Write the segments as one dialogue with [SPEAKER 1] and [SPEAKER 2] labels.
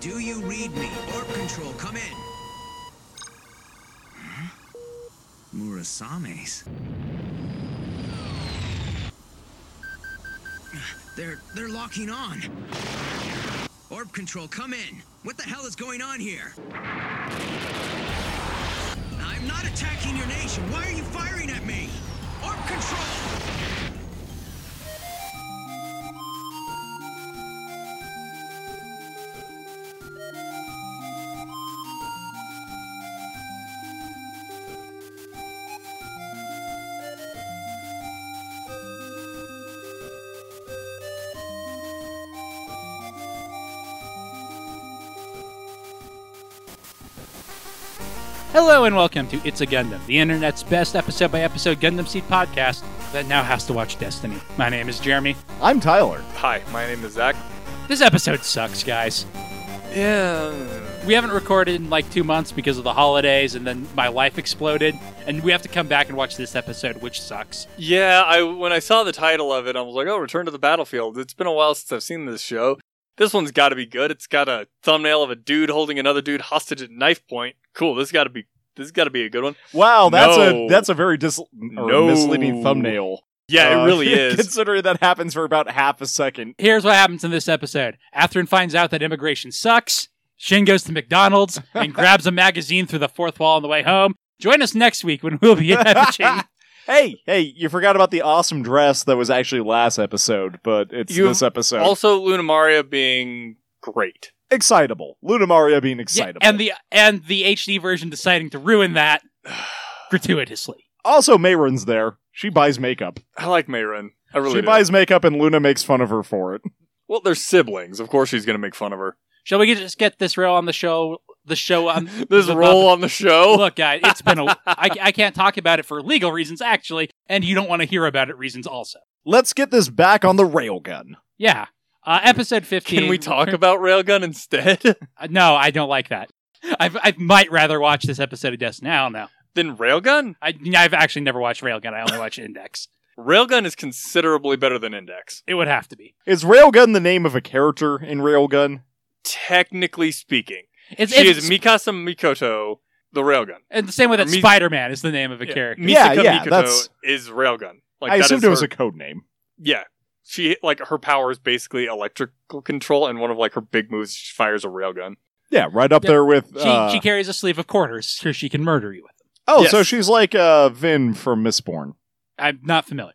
[SPEAKER 1] Do you read me? Orb Control, come in. Hmm? Murasames. They're they're locking on. Orb Control, come in. What the hell is going on here? I'm not attacking your nation. Why are you firing at me? Orb Control!
[SPEAKER 2] Hello and welcome to It's a Gundam, the internet's best episode by episode Gundam Seed podcast that now has to watch Destiny. My name is Jeremy.
[SPEAKER 3] I'm Tyler.
[SPEAKER 4] Hi, my name is Zach.
[SPEAKER 2] This episode sucks, guys.
[SPEAKER 4] Yeah.
[SPEAKER 2] We haven't recorded in like two months because of the holidays, and then my life exploded, and we have to come back and watch this episode, which sucks.
[SPEAKER 4] Yeah, I when I saw the title of it, I was like, "Oh, Return to the Battlefield." It's been a while since I've seen this show. This one's got to be good. It's got a thumbnail of a dude holding another dude hostage at knife point. Cool. This got to be this has got to be a good one.
[SPEAKER 3] Wow, that's
[SPEAKER 4] No.
[SPEAKER 3] a that's a very dis- or
[SPEAKER 4] No.
[SPEAKER 3] misleading thumbnail. Uh,
[SPEAKER 4] Yeah, it really is.
[SPEAKER 3] Considering that happens for about half a second.
[SPEAKER 2] Here's what happens in this episode Atherin finds out that immigration sucks, Shin goes to McDonald's and grabs a magazine through the fourth wall on the way home. Join us next week when we'll be averaging
[SPEAKER 3] Hey, hey, you forgot about the awesome dress that was actually last episode, but it's
[SPEAKER 4] You've
[SPEAKER 3] this episode.
[SPEAKER 4] Also, Luna Maria being great.
[SPEAKER 3] excitable. Luna Maria being
[SPEAKER 2] Yeah,
[SPEAKER 3] excitable.
[SPEAKER 2] and the and the HD version deciding to ruin that gratuitously.
[SPEAKER 3] also Mayron's there. She buys makeup.
[SPEAKER 4] I like Mayron. I really
[SPEAKER 3] she
[SPEAKER 4] do.
[SPEAKER 3] buys makeup and Luna makes fun of her for it.
[SPEAKER 4] well, they're siblings. Of course, she's gonna make fun of her.
[SPEAKER 2] Shall we get- just get this roll on the show? The show on
[SPEAKER 4] This
[SPEAKER 2] about
[SPEAKER 4] role on the
[SPEAKER 2] the-
[SPEAKER 4] show.
[SPEAKER 2] Look, guys, it's been a. I, I can't talk about it for legal reasons, actually, and you don't want to hear about it reasons, also.
[SPEAKER 3] Let's get this back on the railgun.
[SPEAKER 2] Yeah. Uh, episode fifteen.
[SPEAKER 4] Can we talk about Railgun instead?
[SPEAKER 2] Uh, no, I don't like that. I've, I might rather watch this episode of Destiny. I don't know.
[SPEAKER 4] then Railgun?
[SPEAKER 2] I, I've actually never watched Railgun. I only watch Index.
[SPEAKER 4] Railgun is considerably better than Index.
[SPEAKER 2] It would have to be.
[SPEAKER 3] Is Railgun the name of a character in Railgun?
[SPEAKER 4] technically speaking.
[SPEAKER 2] It's,
[SPEAKER 4] she
[SPEAKER 2] it's,
[SPEAKER 4] is Mikasa Mikoto, the railgun.
[SPEAKER 2] it's the same way that
[SPEAKER 4] Mi-
[SPEAKER 2] Spider Man is the name of a character.
[SPEAKER 3] Yeah,
[SPEAKER 4] Misaka
[SPEAKER 3] yeah,
[SPEAKER 4] Mikoto
[SPEAKER 3] that's-
[SPEAKER 4] is railgun. Like
[SPEAKER 3] I
[SPEAKER 4] that
[SPEAKER 3] assumed
[SPEAKER 4] is
[SPEAKER 3] it was
[SPEAKER 4] her-
[SPEAKER 3] a code name.
[SPEAKER 4] yeah. She like her power is basically electrical control, and one of like her big moves, she fires a railgun.
[SPEAKER 3] Yeah, right up
[SPEAKER 2] Yeah.
[SPEAKER 3] there with
[SPEAKER 2] She,
[SPEAKER 3] uh,
[SPEAKER 2] she carries a sleeve of quarters so she can murder you with them.
[SPEAKER 3] Oh,
[SPEAKER 4] Yes.
[SPEAKER 3] so she's like uh, Vin from Mistborn.
[SPEAKER 2] I'm not familiar.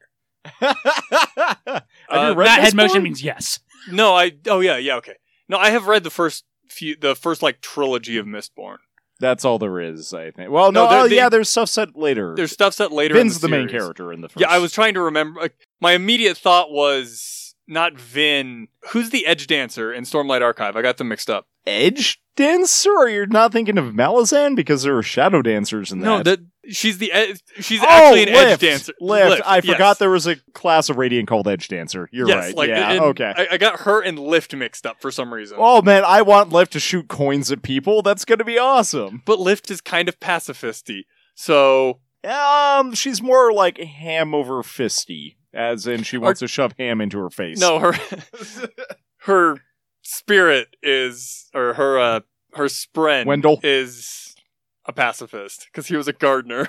[SPEAKER 4] Uh,
[SPEAKER 3] read
[SPEAKER 2] that head
[SPEAKER 3] Mistborn?
[SPEAKER 2] motion means yes.
[SPEAKER 4] No, I. Oh yeah, yeah, okay. No, I have read the first few, the first like trilogy of Mistborn.
[SPEAKER 3] That's all there is, I think. Well,
[SPEAKER 4] No,
[SPEAKER 3] no,
[SPEAKER 4] there-
[SPEAKER 3] oh,
[SPEAKER 4] they-
[SPEAKER 3] yeah, there's stuff set later.
[SPEAKER 4] There's stuff set later. in
[SPEAKER 3] Vin's the, main
[SPEAKER 4] series.
[SPEAKER 3] character in the first.
[SPEAKER 4] Yeah, I was trying to remember. Like, my immediate thought was not Vin. Who's the edge dancer in Stormlight Archive? I got them mixed up.
[SPEAKER 3] Edge Dancer, or you're not thinking of Malazan because there are Shadow Dancers in
[SPEAKER 4] No,
[SPEAKER 3] that.
[SPEAKER 4] that she's the ed- she's
[SPEAKER 3] Oh,
[SPEAKER 4] actually an edge
[SPEAKER 3] Lift,
[SPEAKER 4] dancer.
[SPEAKER 3] Lift. I
[SPEAKER 4] yes.
[SPEAKER 3] forgot there was a class of Radiant called Edge Dancer. You're
[SPEAKER 4] Yes,
[SPEAKER 3] right.
[SPEAKER 4] like,
[SPEAKER 3] yeah.
[SPEAKER 4] and
[SPEAKER 3] okay.
[SPEAKER 4] I, I got her and Lift mixed up for some reason.
[SPEAKER 3] oh man, I want Lift to shoot coins at people. That's gonna be awesome.
[SPEAKER 4] But Lift is kind of pacifisty, so
[SPEAKER 3] Um, she's more like ham over fisty, as in she wants to shove ham into her face.
[SPEAKER 4] no, her her spirit is or her uh her spren
[SPEAKER 3] Wendell.
[SPEAKER 4] is a pacifist because he was a gardener.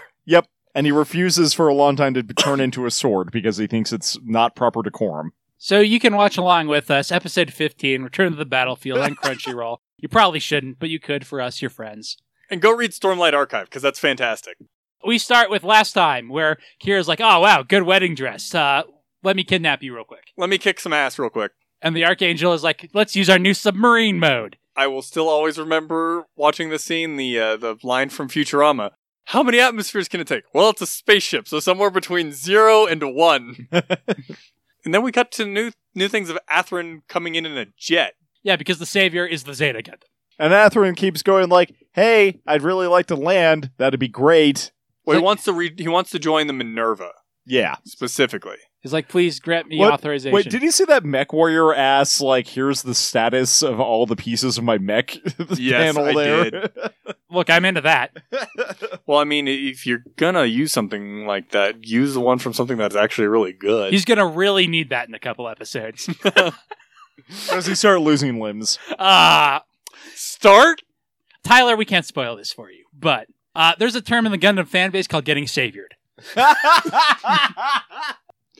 [SPEAKER 3] and he refuses for a long time to be- turn into a sword because he thinks it's not proper decorum.
[SPEAKER 2] So you can watch along with us, episode 15, Return to the Battlefield on Crunchyroll. You probably shouldn't, but you could for us, your friends.
[SPEAKER 4] And go read Stormlight Archive because that's fantastic.
[SPEAKER 2] We start with last time, where Kira's like, oh, wow, good wedding dress. Uh, let me kidnap you real quick.
[SPEAKER 4] Let me kick some ass real quick.
[SPEAKER 2] And the Archangel is like, let's use our new submarine mode.
[SPEAKER 4] I will still always remember watching the scene, the uh, the line from Futurama. How many atmospheres can it take? Well, it's a spaceship, so somewhere between zero and one. and then we cut to new new things of Atherin coming in in a jet.
[SPEAKER 2] Yeah, because the Savior is the Zeta Gundam.
[SPEAKER 3] And Atherin keeps going like, "Hey, I'd really like to land. That'd be great."
[SPEAKER 4] Well,
[SPEAKER 2] Like-
[SPEAKER 4] he wants to re- he wants to join the Minerva
[SPEAKER 3] Yeah.
[SPEAKER 4] specifically.
[SPEAKER 2] He's like, please grant me
[SPEAKER 3] What?
[SPEAKER 2] authorization.
[SPEAKER 3] Wait, did you see that Mech Warrior ass? Like, here's the status of all the pieces of my mech
[SPEAKER 4] Yes,
[SPEAKER 3] panel
[SPEAKER 4] I
[SPEAKER 3] there.
[SPEAKER 4] did.
[SPEAKER 2] Look, I'm into that.
[SPEAKER 4] Well, I mean, if you're gonna use something like that, use the one from something that's actually really good.
[SPEAKER 2] He's going to really need that in a couple episodes.
[SPEAKER 3] As he start losing limbs.
[SPEAKER 2] Ah,
[SPEAKER 4] start?
[SPEAKER 2] Tyler, we can't spoil this for you, but uh, there's a term in the Gundam fan base called getting saviored.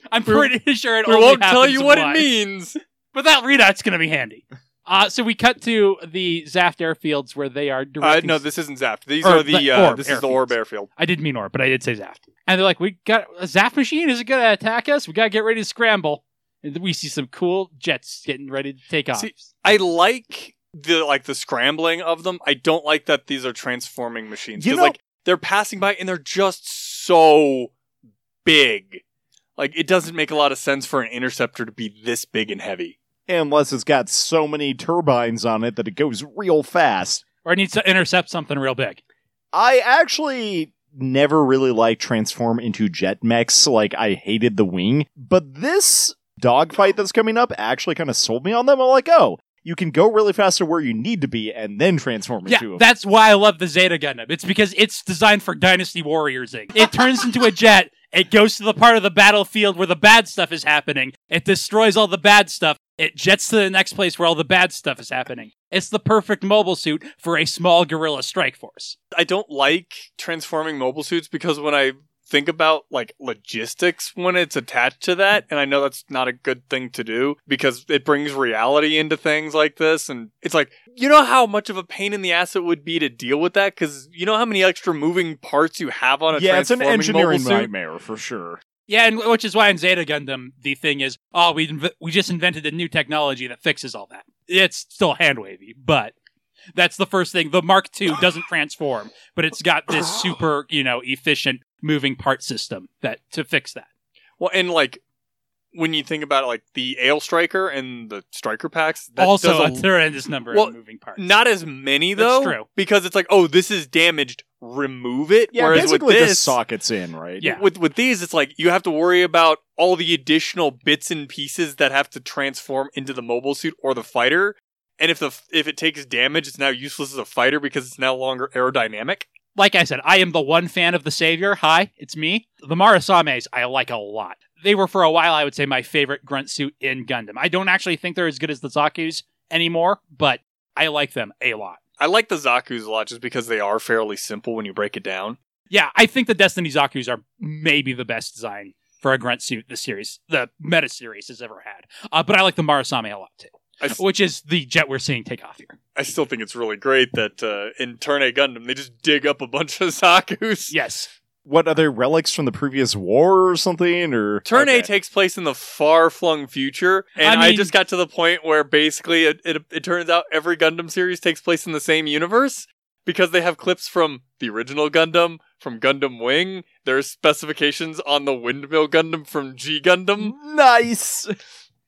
[SPEAKER 2] I'm pretty sure it
[SPEAKER 4] We
[SPEAKER 2] only
[SPEAKER 4] won't tell
[SPEAKER 2] happens
[SPEAKER 4] you what it
[SPEAKER 2] once.
[SPEAKER 4] means.
[SPEAKER 2] but that readout's going to be handy. Uh, so we cut to the Zaft airfields where they are
[SPEAKER 4] Uh,
[SPEAKER 2] directing.
[SPEAKER 4] no, this isn't Zaft. These
[SPEAKER 2] Or
[SPEAKER 4] are the,
[SPEAKER 2] the
[SPEAKER 4] uh,
[SPEAKER 2] orb
[SPEAKER 4] this is the orb airfield.
[SPEAKER 2] I did mean Orb, but I did say Zaft. And they're like, "We got a Zaft machine. Is it going to attack us? We got to get ready to scramble." And then we see some cool jets getting ready to take off.
[SPEAKER 4] See- I like the like the scrambling of them. I don't like that these are transforming machines
[SPEAKER 3] You
[SPEAKER 4] because
[SPEAKER 3] know-
[SPEAKER 4] like they're passing by and they're just so big. Like it doesn't make a lot of sense for an interceptor to be this big and heavy.
[SPEAKER 3] Unless it's got so many turbines on it that it goes real fast.
[SPEAKER 2] or it needs to intercept something real big.
[SPEAKER 3] I actually never really liked transform into jet mechs. Like I hated the wing, but this dogfight that's coming up actually kind of sold me on them. I'm like, oh, you can go really fast to where you need to be and then transform
[SPEAKER 2] Yeah,
[SPEAKER 3] into. a-
[SPEAKER 2] that's why I love the Zeta Gundam. It's because it's designed for Dynasty Warriorsing. It turns into a jet. It goes to the part of the battlefield where the bad stuff is happening. It destroys all the bad stuff. It jets to the next place where all the bad stuff is happening. It's the perfect mobile suit for a small guerrilla strike force.
[SPEAKER 4] I don't like transforming mobile suits because when I think about like logistics when it's attached to that and I know that's not a good thing to do because it brings reality into things like this and it's like you know how much of a pain in the ass it would be to deal with that cuz you know how many extra moving parts you have on a
[SPEAKER 3] yeah, it's an
[SPEAKER 4] transforming
[SPEAKER 3] engineering
[SPEAKER 4] mobile suit?
[SPEAKER 3] nightmare for sure.
[SPEAKER 2] Yeah, and which is why in Zeta Gundam the thing is, oh, we inv- we just invented a new technology that fixes all that. It's still hand wavy, but that's the first thing. The Mark II doesn't transform, but it's got this super, you know, efficient moving part system that to fix that.
[SPEAKER 4] Well, and like when you think about like the Ale Striker and the Striker packs that
[SPEAKER 2] also, a
[SPEAKER 4] does a
[SPEAKER 2] tremendous number
[SPEAKER 4] Well,
[SPEAKER 2] of moving parts.
[SPEAKER 4] Not as many
[SPEAKER 2] That's
[SPEAKER 4] though,
[SPEAKER 2] true.
[SPEAKER 4] because it's like, oh, this is damaged. Remove it.
[SPEAKER 3] Yeah,
[SPEAKER 4] Whereas
[SPEAKER 3] basically
[SPEAKER 4] with
[SPEAKER 3] the
[SPEAKER 4] this,
[SPEAKER 3] sockets in right.
[SPEAKER 2] Yeah.
[SPEAKER 4] with with these, it's like you have to worry about all the additional bits and pieces that have to transform into the mobile suit or the fighter. And if the f- if it takes damage, it's now useless as a fighter because it's no longer aerodynamic.
[SPEAKER 2] like I said, I am the one fan of the Savior. Hi, it's me. The Marasames I like a lot. They were for a while, I would say, my favorite grunt suit in Gundam. I don't actually think they're as good as the Zaku's anymore, but I like them a lot.
[SPEAKER 4] I like the Zaku's a lot just because they are fairly simple when you break it down.
[SPEAKER 2] Yeah, I think the Destiny Zaku's are maybe the best design for a grunt suit the series, the meta series has ever had. Uh, but I like the Marasame a lot too,
[SPEAKER 4] I, s-
[SPEAKER 2] which is the jet we're seeing take off here.
[SPEAKER 4] I still think it's really great that uh, in Turn A Gundam they just dig up a bunch of Zaku's.
[SPEAKER 2] Yes.
[SPEAKER 3] What other relics from the previous war or something or
[SPEAKER 4] Turn
[SPEAKER 3] Okay.
[SPEAKER 4] A takes place in the far flung future, and I,
[SPEAKER 2] I mean-
[SPEAKER 4] just got to the point where basically it, it, it turns out every Gundam series takes place in the same universe because they have clips from the original Gundam, from Gundam Wing. There's specifications on the windmill Gundam from G Gundam.
[SPEAKER 3] Mm-hmm. nice.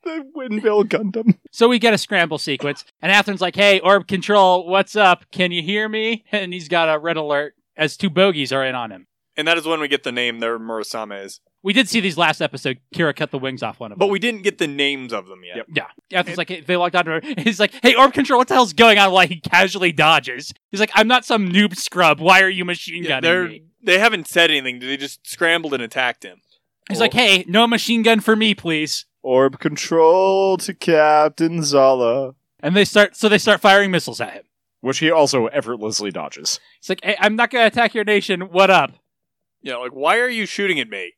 [SPEAKER 3] The windmill Gundam.
[SPEAKER 2] So we get a scramble sequence, and Atherin's like, "Hey, Orb Control, what's up? Can you hear me?" And he's got a red alert as two bogeys are in on him.
[SPEAKER 4] And that is when we get the name their Murasame is.
[SPEAKER 2] We did see these last episode. Kira cut the wings off one of
[SPEAKER 4] But
[SPEAKER 2] them.
[SPEAKER 4] we didn't get the names of them yet.
[SPEAKER 3] Yep.
[SPEAKER 2] Atherin's like, hey, they locked onto her. He's like, "Hey, Orb Control, what the hell's going on?" While he casually dodges, he's like, "I'm not some noob scrub. Why are you machine
[SPEAKER 4] Yeah,
[SPEAKER 2] gunning
[SPEAKER 4] they're-
[SPEAKER 2] me?"
[SPEAKER 4] they haven't said anything. They just scrambled and attacked him.
[SPEAKER 2] He's like, "Hey, no machine gun for me, please."
[SPEAKER 3] Orb control to Captain Zala.
[SPEAKER 2] And they start, so they start firing missiles at him.
[SPEAKER 3] Which he also effortlessly dodges.
[SPEAKER 2] He's like, "Hey, I'm not gonna attack your nation. What up?"
[SPEAKER 4] You know, like, why are you shooting at me?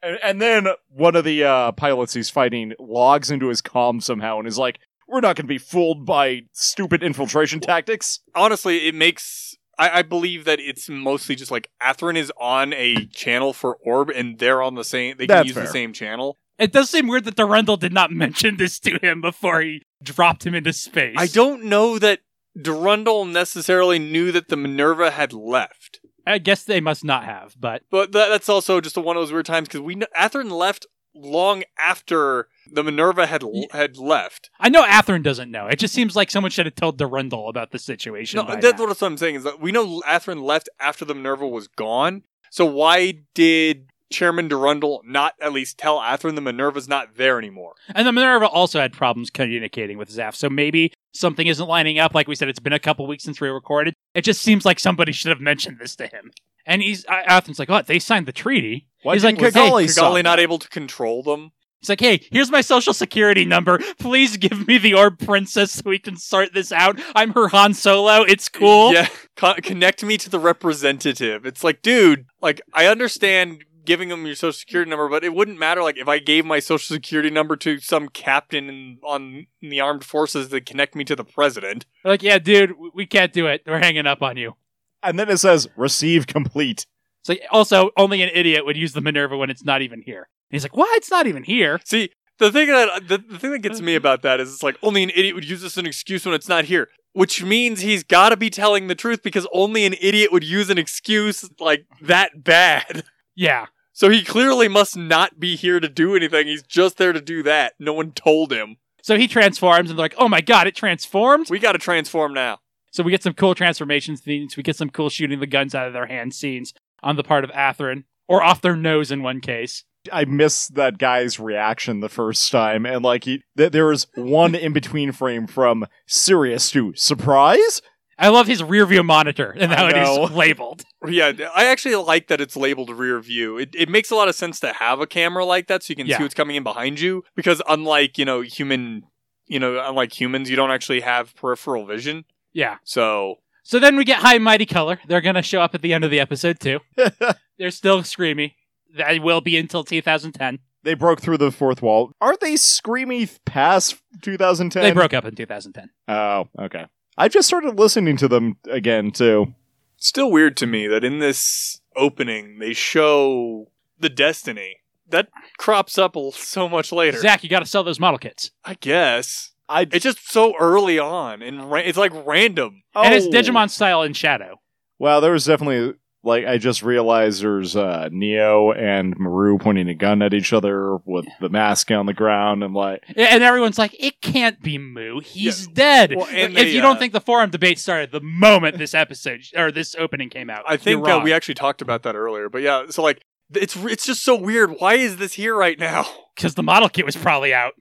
[SPEAKER 3] And, and then one of the uh, pilots he's fighting logs into his comm somehow and is like, We're not going to be fooled by stupid infiltration tactics.
[SPEAKER 4] honestly, it makes. I, I believe that it's mostly just like Atherin is on a channel for Orb, and they're on the same. They can
[SPEAKER 3] That's
[SPEAKER 4] use the
[SPEAKER 3] fair.
[SPEAKER 4] same channel.
[SPEAKER 2] It does seem weird that Durendal did not mention this to him before he dropped him into space.
[SPEAKER 4] I don't know that Durundal necessarily knew that the Minerva had left,
[SPEAKER 2] I guess they must not have, but
[SPEAKER 4] but that, that's also just one of those weird times because we kn- Atherin left long after the Minerva had l- had left.
[SPEAKER 2] I know Atherin doesn't know. It just seems like someone should have told Durendal about the situation.
[SPEAKER 4] No,
[SPEAKER 2] by
[SPEAKER 4] that's
[SPEAKER 2] now.
[SPEAKER 4] what I'm saying is that we know Atherin left after the Minerva was gone. So why did Chairman Durundal not at least tell Atherin the Minerva's not there anymore?
[SPEAKER 2] And the Minerva also had problems communicating with Zaf, so maybe something isn't lining up. Like we said, it's been a couple weeks since we recorded. It just seems like somebody should have mentioned this to him. And he's I- Atherin's like, "What? "Oh, They signed the treaty."
[SPEAKER 3] Why
[SPEAKER 2] He's
[SPEAKER 3] didn't
[SPEAKER 2] like,
[SPEAKER 3] Kigali
[SPEAKER 2] "Hey,
[SPEAKER 4] Kigali
[SPEAKER 3] sign
[SPEAKER 4] not able to control them.
[SPEAKER 2] He's like, hey, here's my social security number. Please give me the orb princess so we can sort this out. I'm her Han Solo. It's cool.
[SPEAKER 4] Yeah, Con- connect me to the representative. It's like, dude, like I understand giving them your social security number, but it wouldn't matter like if I gave my social security number to some captain in, on in the armed forces that connect me to the president.
[SPEAKER 2] They're like, yeah, dude, w- we can't do it. We're hanging up on you.
[SPEAKER 3] And then it says receive complete.
[SPEAKER 2] It's like, also, only an idiot would use the Minerva when it's not even here. And he's like, what? It's not even here.
[SPEAKER 4] See, the thing that the, the thing that gets me about that is it's like only an idiot would use this as an excuse when it's not here, which means he's got to be telling the truth because only an idiot would use an excuse like that bad.
[SPEAKER 2] Yeah.
[SPEAKER 4] So he clearly must not be here to do anything. He's just there to do that. No one told him.
[SPEAKER 2] So he transforms, and they're like, oh my god, it transformed?
[SPEAKER 4] We got to transform now.
[SPEAKER 2] So we get some cool transformation scenes. We get some cool shooting the guns out of their hand scenes on the part of Atherin, or off their nose in one case.
[SPEAKER 3] I missed that guy's reaction the first time, and like he, th- there was one in between frame from serious to surprise.
[SPEAKER 2] I love his rear view monitor and
[SPEAKER 4] I
[SPEAKER 2] how it
[SPEAKER 4] know.
[SPEAKER 2] is labeled.
[SPEAKER 4] Yeah, I actually like that it's labeled rear view. It, it makes a lot of sense to have a camera like that so you can
[SPEAKER 2] Yeah.
[SPEAKER 4] see what's coming in behind you. Because unlike you know human, you know unlike humans, you don't actually have peripheral vision.
[SPEAKER 2] Yeah.
[SPEAKER 4] So
[SPEAKER 2] So then we get High and Mighty Color. They're going to show up at the end of the episode, too. They're still screamy. They will be until 2010.
[SPEAKER 3] They broke through the fourth wall. Aren't they screamy f- past 2010?
[SPEAKER 2] They broke up in 2010.
[SPEAKER 3] Oh, okay. I just started listening to them again too.
[SPEAKER 4] still weird to me that in this opening they show the destiny that crops up l- so much later.
[SPEAKER 2] Zach, you got to sell those model kits.
[SPEAKER 4] I guess
[SPEAKER 3] I
[SPEAKER 4] it's just so early on and ra- it's like random.
[SPEAKER 2] And it's
[SPEAKER 3] Oh.
[SPEAKER 2] Digimon style in Shadow.
[SPEAKER 3] Well, there was definitely like I just realized there's uh, Neo and Maru pointing a gun at each other with the mask on the ground and like
[SPEAKER 2] And everyone's like, it can't be Moo. He's dead.
[SPEAKER 4] Well, and
[SPEAKER 2] if
[SPEAKER 4] they,
[SPEAKER 2] you don't
[SPEAKER 4] uh,
[SPEAKER 2] think the forum debate started the moment this episode or this opening came out,
[SPEAKER 4] I think
[SPEAKER 2] You're
[SPEAKER 4] uh,
[SPEAKER 2] wrong.
[SPEAKER 4] we actually talked about that earlier, but yeah, so like th- it's it's just so weird. Why is this here right now?
[SPEAKER 2] because the model kit was probably out.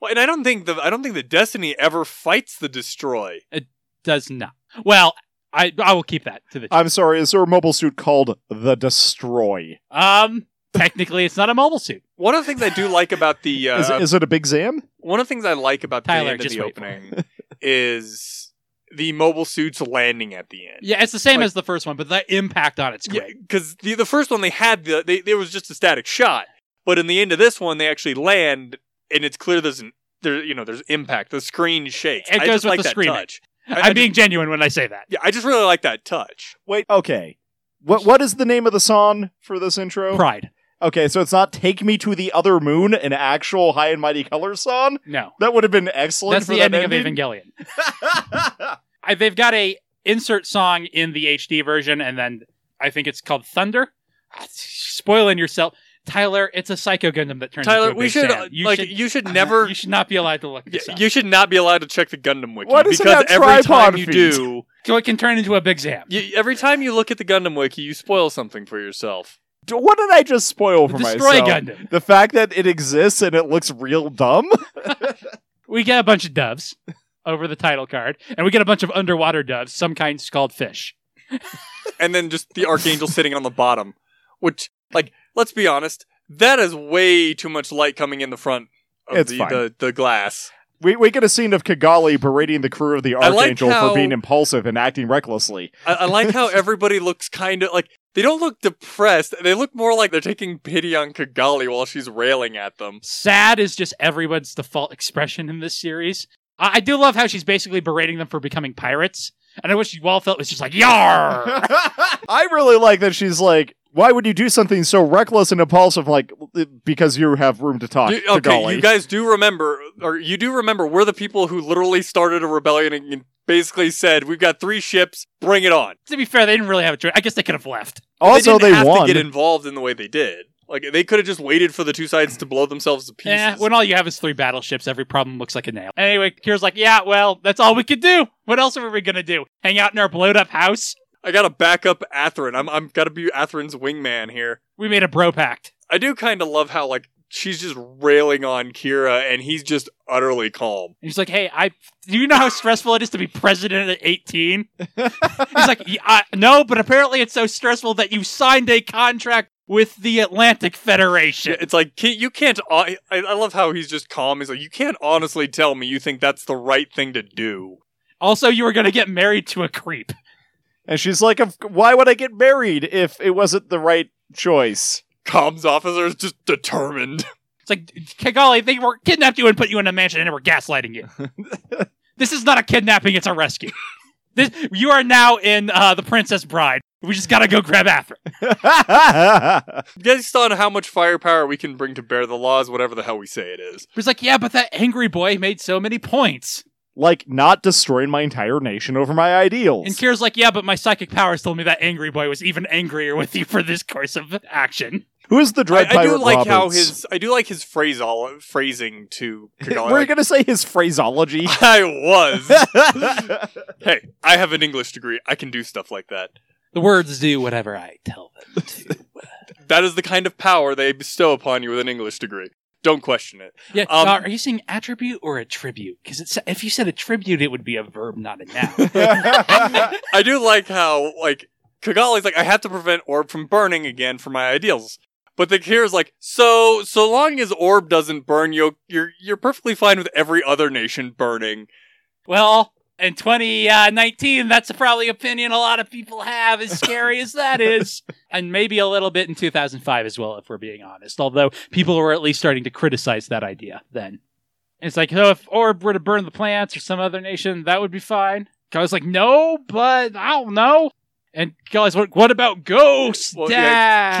[SPEAKER 4] Well, and I don't think the I don't think the Destiny ever fights the Destroy.
[SPEAKER 2] Does not. Well, I I will keep that to the.
[SPEAKER 3] I'm sorry, is there a mobile suit called the Destroy?
[SPEAKER 2] um, technically, it's not a mobile suit.
[SPEAKER 4] One of the things I do like about the uh,
[SPEAKER 3] Is, is it a big Zam?
[SPEAKER 4] one of the things I like about
[SPEAKER 2] Tyler,
[SPEAKER 4] the end of
[SPEAKER 2] just
[SPEAKER 4] the
[SPEAKER 2] wait for
[SPEAKER 4] opening is the mobile suits landing at the end.
[SPEAKER 2] Yeah, it's the same
[SPEAKER 4] Like-
[SPEAKER 2] as the first one, but the impact on it's great.
[SPEAKER 4] because the the first one they had the they there was just a static shot, but in the end of this one they actually land, and it's clear there's an there you know there's impact. The screen shakes.
[SPEAKER 2] It
[SPEAKER 4] I
[SPEAKER 2] goes
[SPEAKER 4] just
[SPEAKER 2] with
[SPEAKER 4] like
[SPEAKER 2] the
[SPEAKER 4] that
[SPEAKER 2] screaming.
[SPEAKER 4] touch. I-
[SPEAKER 2] I'm
[SPEAKER 4] I
[SPEAKER 2] being genuine when I say that.
[SPEAKER 4] Yeah, I just really like that touch.
[SPEAKER 3] Wait, okay. What what is the name of the song for this intro?
[SPEAKER 2] Pride.
[SPEAKER 3] Okay, so it's not "Take Me to the Other Moon," an actual High and Mighty Color song.
[SPEAKER 2] No,
[SPEAKER 3] That would have been excellent.
[SPEAKER 2] that's
[SPEAKER 3] for
[SPEAKER 2] the
[SPEAKER 3] that
[SPEAKER 2] ending,
[SPEAKER 3] ending
[SPEAKER 2] of Evangelion.
[SPEAKER 3] Evangelion.
[SPEAKER 2] I, they've got a insert song in the HD version, and then I think it's called Thunder. Spoiling yourself, Tyler. It's a Psycho Gundam that turns.
[SPEAKER 4] Tyler,
[SPEAKER 2] into a
[SPEAKER 4] we
[SPEAKER 2] big
[SPEAKER 4] should uh,
[SPEAKER 2] sand. You
[SPEAKER 4] like
[SPEAKER 2] should
[SPEAKER 4] you should never
[SPEAKER 2] You should not be allowed to look
[SPEAKER 4] y-
[SPEAKER 2] this up.
[SPEAKER 4] you should not be allowed to check the Gundam wiki
[SPEAKER 3] What is it
[SPEAKER 4] because
[SPEAKER 3] about
[SPEAKER 4] every time
[SPEAKER 3] tripod
[SPEAKER 4] you
[SPEAKER 3] feet?
[SPEAKER 4] do,
[SPEAKER 2] so it can turn into a big zam.
[SPEAKER 4] you, every time you look at the Gundam wiki, you spoil something for yourself.
[SPEAKER 3] D- what did I just spoil for
[SPEAKER 2] Destroy
[SPEAKER 3] myself?
[SPEAKER 2] Gundam.
[SPEAKER 3] The fact that it exists and it looks real dumb.
[SPEAKER 2] We get a bunch of doves over the title card, and we get a bunch of underwater doves, some kinds called fish.
[SPEAKER 4] and then just the archangel sitting on the bottom, which, like, let's be honest, that is way too much light coming in the front of
[SPEAKER 3] It's
[SPEAKER 4] the,
[SPEAKER 3] fine.
[SPEAKER 4] the the glass.
[SPEAKER 3] We, we get a scene of Kigali berating the crew of the
[SPEAKER 4] I like
[SPEAKER 3] Archangel
[SPEAKER 4] how-
[SPEAKER 3] for being impulsive and acting recklessly.
[SPEAKER 4] I, I like how everybody looks kind of like they don't look depressed. They look more like they're taking pity on Kigali while she's railing at them.
[SPEAKER 2] Sad is just everyone's default expression in this series. I, I do love how she's basically berating them for becoming pirates, and I wish you all felt was just like yar.
[SPEAKER 3] I really like that she's like, why would you do something so reckless and impulsive? Like, because you have room to talk,
[SPEAKER 4] Do- okay,
[SPEAKER 3] Kigali.
[SPEAKER 4] you guys do remember, or you do remember, we're the people who literally started a rebellion and basically said, "We've got three ships, bring it on."
[SPEAKER 2] to be fair, they didn't really have a choice. I guess they could have left.
[SPEAKER 3] also,
[SPEAKER 4] they,
[SPEAKER 3] they,
[SPEAKER 4] didn't have
[SPEAKER 3] won.
[SPEAKER 4] to get involved in the way they did. Like they could have just waited for the two sides to blow themselves to pieces.
[SPEAKER 2] Yeah, Eh, when all you have is three battleships, every problem looks like a nail. Anyway, Kira's like, yeah, well, that's all we could do. What else were we gonna do? Hang out in our blowed up house?
[SPEAKER 4] I gotta back up Atherin. I'm I'm gotta be Atherin's wingman here.
[SPEAKER 2] We made a bro pact.
[SPEAKER 4] I do kind of love how like she's just railing on Kira and he's just utterly calm.
[SPEAKER 2] And he's like, "Hey, I do you know how stressful it is to be president at 18?" he's like, yeah, I, "No, but apparently it's so stressful that you signed a contract with the Atlantic Federation.
[SPEAKER 4] Yeah, it's like can, you can't. I, I love how he's just calm. He's like, you can't honestly tell me you think that's the right thing to do.
[SPEAKER 2] Also, you were going to get married to a creep.
[SPEAKER 3] And she's like, "Of- why would I get married if it wasn't the right choice?
[SPEAKER 4] Comms officer is just determined.
[SPEAKER 2] It's like, Kigali, they were kidnapped you and put you in a mansion and they were gaslighting you. this is not a kidnapping, it's a rescue. This, you are now in uh, The Princess Bride. We just got to go grab Athra.
[SPEAKER 4] Based on how much firepower we can bring to bear, the law is whatever the hell we say it is.
[SPEAKER 2] He's like, yeah, but that angry boy made so many points.
[SPEAKER 3] like, not destroying my entire nation over my ideals.
[SPEAKER 2] And Kira's like, yeah, but my psychic powers told me that angry boy was even angrier with you for this course of action.
[SPEAKER 3] Who is the Dread
[SPEAKER 4] I, I do
[SPEAKER 3] Pirate
[SPEAKER 4] like how
[SPEAKER 3] Roberts?
[SPEAKER 4] his. I do like his phrasal phrasing to. Kigali,
[SPEAKER 3] We're
[SPEAKER 4] like,
[SPEAKER 3] gonna say his phraseology.
[SPEAKER 4] I was. hey, I have an English degree. I can do stuff like that.
[SPEAKER 2] The words do whatever I tell them to.
[SPEAKER 4] That is the kind of power they bestow upon you with an English degree. Don't question it.
[SPEAKER 2] Yeah,
[SPEAKER 4] Um,
[SPEAKER 2] uh, are you saying attribute or attribute? Because if you said attribute, it would be a verb, not a noun.
[SPEAKER 4] I do like how like Kigali's like I have to prevent Orb from burning again for my ideals. But the Kira's like so so long as Orb doesn't burn you you're you're perfectly fine with every other nation burning.
[SPEAKER 2] well, in 2019, that's probably opinion a lot of people have, as scary as that is. And maybe a little bit in 2005 as well, if we're being honest. Although people were at least starting to criticize that idea then. And it's like, so if Orb were to burn the plants or some other nation, that would be fine. I was like, no, but I don't know. And guys, what, what about ghosts?
[SPEAKER 4] Well, yeah,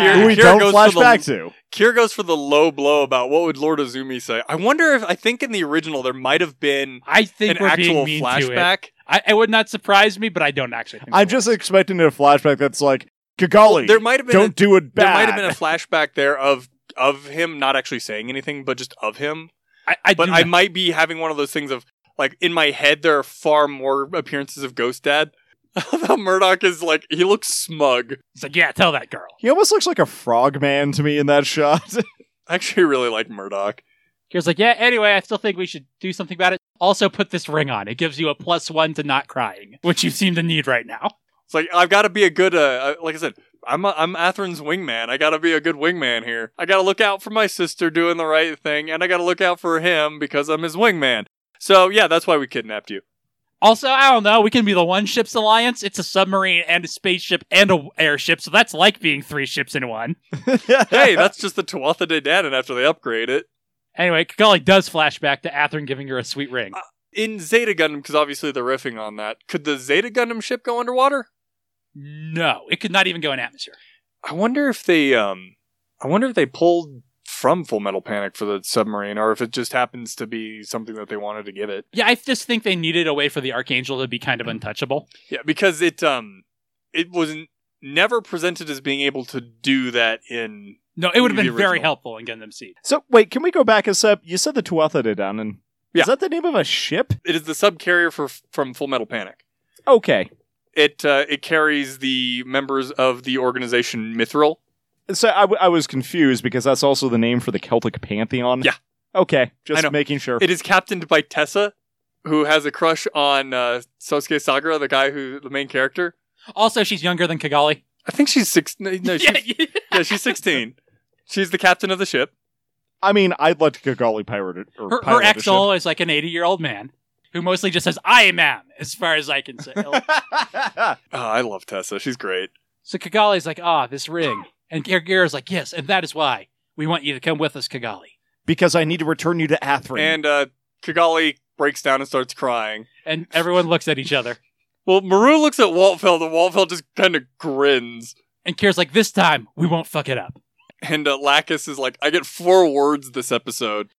[SPEAKER 2] Dad?
[SPEAKER 4] Kira-
[SPEAKER 3] Who we
[SPEAKER 4] Here goes
[SPEAKER 3] don't
[SPEAKER 4] to
[SPEAKER 3] flash
[SPEAKER 4] the-
[SPEAKER 3] back to.
[SPEAKER 4] Kira goes for the low blow about what would Lord Azumi say. I wonder if I think in the original there might have been
[SPEAKER 2] I think
[SPEAKER 4] an
[SPEAKER 2] we're
[SPEAKER 4] actual
[SPEAKER 2] being mean to it.
[SPEAKER 4] flashback.
[SPEAKER 2] I, it would not surprise me, but I don't actually think
[SPEAKER 3] I'm
[SPEAKER 2] so.
[SPEAKER 3] just expecting a flashback that's like, Kigali,
[SPEAKER 4] There might have been a-
[SPEAKER 3] don't do it bad.
[SPEAKER 4] there might have been a flashback there of of him not actually saying anything, but just of him.
[SPEAKER 2] I, I
[SPEAKER 4] but
[SPEAKER 2] do
[SPEAKER 4] I
[SPEAKER 2] not-
[SPEAKER 4] might be having one of those things of like in my head there are far more appearances of Ghost Dad. How Murdoch is like he looks smug.
[SPEAKER 2] It's like, yeah, tell that girl.
[SPEAKER 3] he almost looks like a frog man to me in that shot.
[SPEAKER 4] I actually really like Murdoch.
[SPEAKER 2] Kira's like, yeah. Anyway, I still think we should do something about it. Also, put this ring on. It gives you a plus one to not crying, which you seem to need right now.
[SPEAKER 4] It's like I've got to be a good. Uh, uh, like I said, I'm a, I'm Atherin's wingman. I got to be a good wingman here. I got to look out for my sister doing the right thing, and I got to look out for him because I'm his wingman. So yeah, that's why we kidnapped you.
[SPEAKER 2] Also, I don't know. We can be the one ship's alliance. It's a submarine and a spaceship and a airship, so that's like being three ships in one.
[SPEAKER 4] Hey, that's just the Tuatha De Danann after they upgrade it.
[SPEAKER 2] Anyway, Kigali does flash back to Atherin giving her a sweet ring.
[SPEAKER 4] Uh, In Zeta Gundam, because obviously they're riffing on that. Could the Zeta Gundam ship go underwater?
[SPEAKER 2] no, it could not even go in atmosphere.
[SPEAKER 4] I wonder if they um I wonder if they pulled from Full Metal Panic for the submarine or if it just happens to be something that they wanted to give it.
[SPEAKER 2] Yeah, I just think they needed a way for the Archangel to be kind of untouchable.
[SPEAKER 4] Yeah, because it um it was n- never presented as being able to do that in
[SPEAKER 2] No, it would have
[SPEAKER 4] The
[SPEAKER 2] been very
[SPEAKER 4] original.
[SPEAKER 2] helpful in Gundam Seed.
[SPEAKER 3] so, wait, can we go back a step? You said the Tuatha De Danann.
[SPEAKER 4] Yeah.
[SPEAKER 3] Is that the name of a ship?
[SPEAKER 4] it is the subcarrier for from Full Metal Panic.
[SPEAKER 3] Okay.
[SPEAKER 4] It uh, it carries the members of the organization Mithril.
[SPEAKER 3] So I, w- I was confused because that's also the name for the Celtic pantheon.
[SPEAKER 4] Yeah.
[SPEAKER 3] Okay,
[SPEAKER 4] I
[SPEAKER 3] just
[SPEAKER 4] know.
[SPEAKER 3] making sure.
[SPEAKER 4] It is captained by Tessa, who has a crush on uh, Sosuke Sagara, the guy who the main character.
[SPEAKER 2] Also, she's younger than Kigali.
[SPEAKER 4] I think she's six. No, no, she's,
[SPEAKER 2] yeah.
[SPEAKER 4] yeah, she's sixteen. She's the captain of the ship.
[SPEAKER 3] I mean, I'd like to Kigali pirate it.
[SPEAKER 2] Her,
[SPEAKER 3] Or
[SPEAKER 2] her
[SPEAKER 3] pilot a
[SPEAKER 2] ex
[SPEAKER 3] ship.
[SPEAKER 2] all is like an 80 year old man who mostly just says, I am, am," as far as I can say.
[SPEAKER 4] Oh, I love Tessa. She's great.
[SPEAKER 2] so Kigali's like, ah, this ring. And Kagira's like, yes, and that is why we want you to come with us, Kigali.
[SPEAKER 3] because I need to return you to Atherin.
[SPEAKER 4] And uh, Kigali breaks down and starts crying.
[SPEAKER 2] And everyone looks at each other.
[SPEAKER 4] Well, Maru looks at Waltfeld, and Waltfeld just kind of grins.
[SPEAKER 2] And Kira's like, this time we won't fuck it up.
[SPEAKER 4] And uh, Lacus is like, I get four words this episode.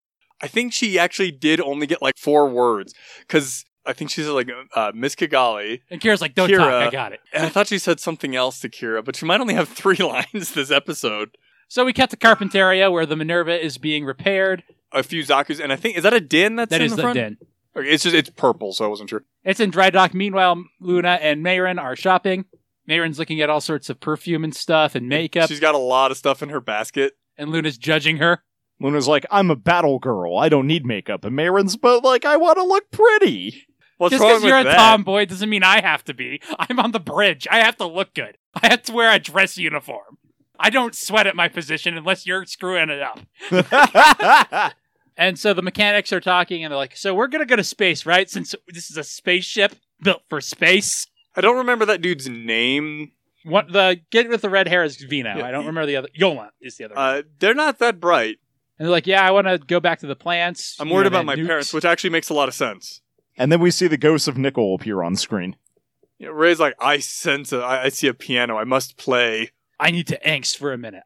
[SPEAKER 4] I think she actually did only get like four words because I think she said like uh, Miss Kigali,
[SPEAKER 2] And Kira's like, don't
[SPEAKER 4] Kira-
[SPEAKER 2] talk, I got it.
[SPEAKER 4] and I thought she said something else to Kira, but she might only have three lines this episode.
[SPEAKER 2] So we cut to Carpentaria where the Minerva is being repaired.
[SPEAKER 4] A few Zaku's, and I think is that a din that's
[SPEAKER 2] That
[SPEAKER 4] in
[SPEAKER 2] is
[SPEAKER 4] the,
[SPEAKER 2] the,
[SPEAKER 4] front?
[SPEAKER 2] den.
[SPEAKER 4] Okay, it's just it's purple, so I wasn't sure.
[SPEAKER 2] It's in dry dock. Meanwhile, Luna and Mayrin are shopping. Mayrin's looking at all sorts of perfume and stuff and makeup,
[SPEAKER 4] She's got a lot of stuff in her basket.
[SPEAKER 2] and Luna's judging her.
[SPEAKER 3] Luna's like, I'm a battle girl. I don't need makeup. And Marin's, but like, I want to look pretty.
[SPEAKER 4] What's
[SPEAKER 2] Just
[SPEAKER 4] wrong
[SPEAKER 2] because
[SPEAKER 4] with
[SPEAKER 2] you're a
[SPEAKER 4] that?
[SPEAKER 2] tomboy doesn't mean I have to be. I'm on the bridge. I have to look good. I have to wear a dress uniform. I don't sweat at my position unless you're screwing it up.
[SPEAKER 3] That's
[SPEAKER 2] And so the mechanics are talking and they're like, so we're going to go to space, right? Since this is a spaceship built for space.
[SPEAKER 4] I don't remember that dude's name.
[SPEAKER 2] What the kid with the red hair is Vino.
[SPEAKER 4] Yeah.
[SPEAKER 2] I don't remember the other. Yolan is the other. one.
[SPEAKER 4] Uh, they're not that bright.
[SPEAKER 2] and they're like, yeah, I want to go back to the plants.
[SPEAKER 4] I'm
[SPEAKER 2] you
[SPEAKER 4] worried
[SPEAKER 2] know,
[SPEAKER 4] about
[SPEAKER 2] the
[SPEAKER 4] my
[SPEAKER 2] nukes."
[SPEAKER 4] parents, which actually makes a lot of sense.
[SPEAKER 3] and then we see the ghost of Nickel appear on screen.
[SPEAKER 4] You know, Ray's like, I sense a, I, I see a piano. I must play.
[SPEAKER 2] I need to angst for a minute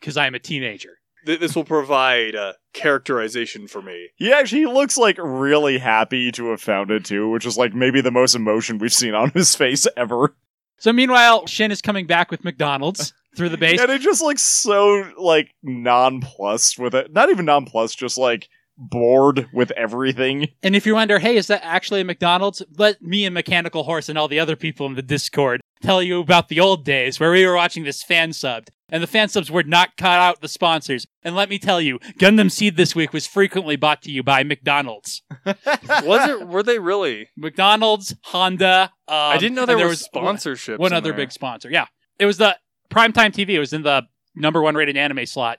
[SPEAKER 2] because I'm a teenager.
[SPEAKER 4] Th- this will provide uh, characterization for me.
[SPEAKER 3] He actually looks like really happy to have found it too, which is like maybe the most emotion we've seen on his face ever.
[SPEAKER 2] So meanwhile, Shin is coming back with McDonald's through the base.
[SPEAKER 3] And it just looks so like nonplussed with it. Not even nonplussed, just like bored with everything.
[SPEAKER 2] And if you wonder, hey, is that actually a McDonald's? Let me and Mechanical Horse and all the other people in the Discord tell you about the old days where we were watching this fan subbed. And the fan subs were not cut out the sponsors. And let me tell you, Gundam Seed this week was frequently bought to you by McDonald's.
[SPEAKER 4] Was it? Were they really?
[SPEAKER 2] McDonald's, Honda. Um,
[SPEAKER 4] I didn't know
[SPEAKER 2] and
[SPEAKER 4] there, was,
[SPEAKER 2] one-
[SPEAKER 4] sponsorships.
[SPEAKER 2] One
[SPEAKER 4] in
[SPEAKER 2] other
[SPEAKER 4] there.
[SPEAKER 2] big sponsor. Yeah. It was the primetime TV. It was in the number one rated anime slot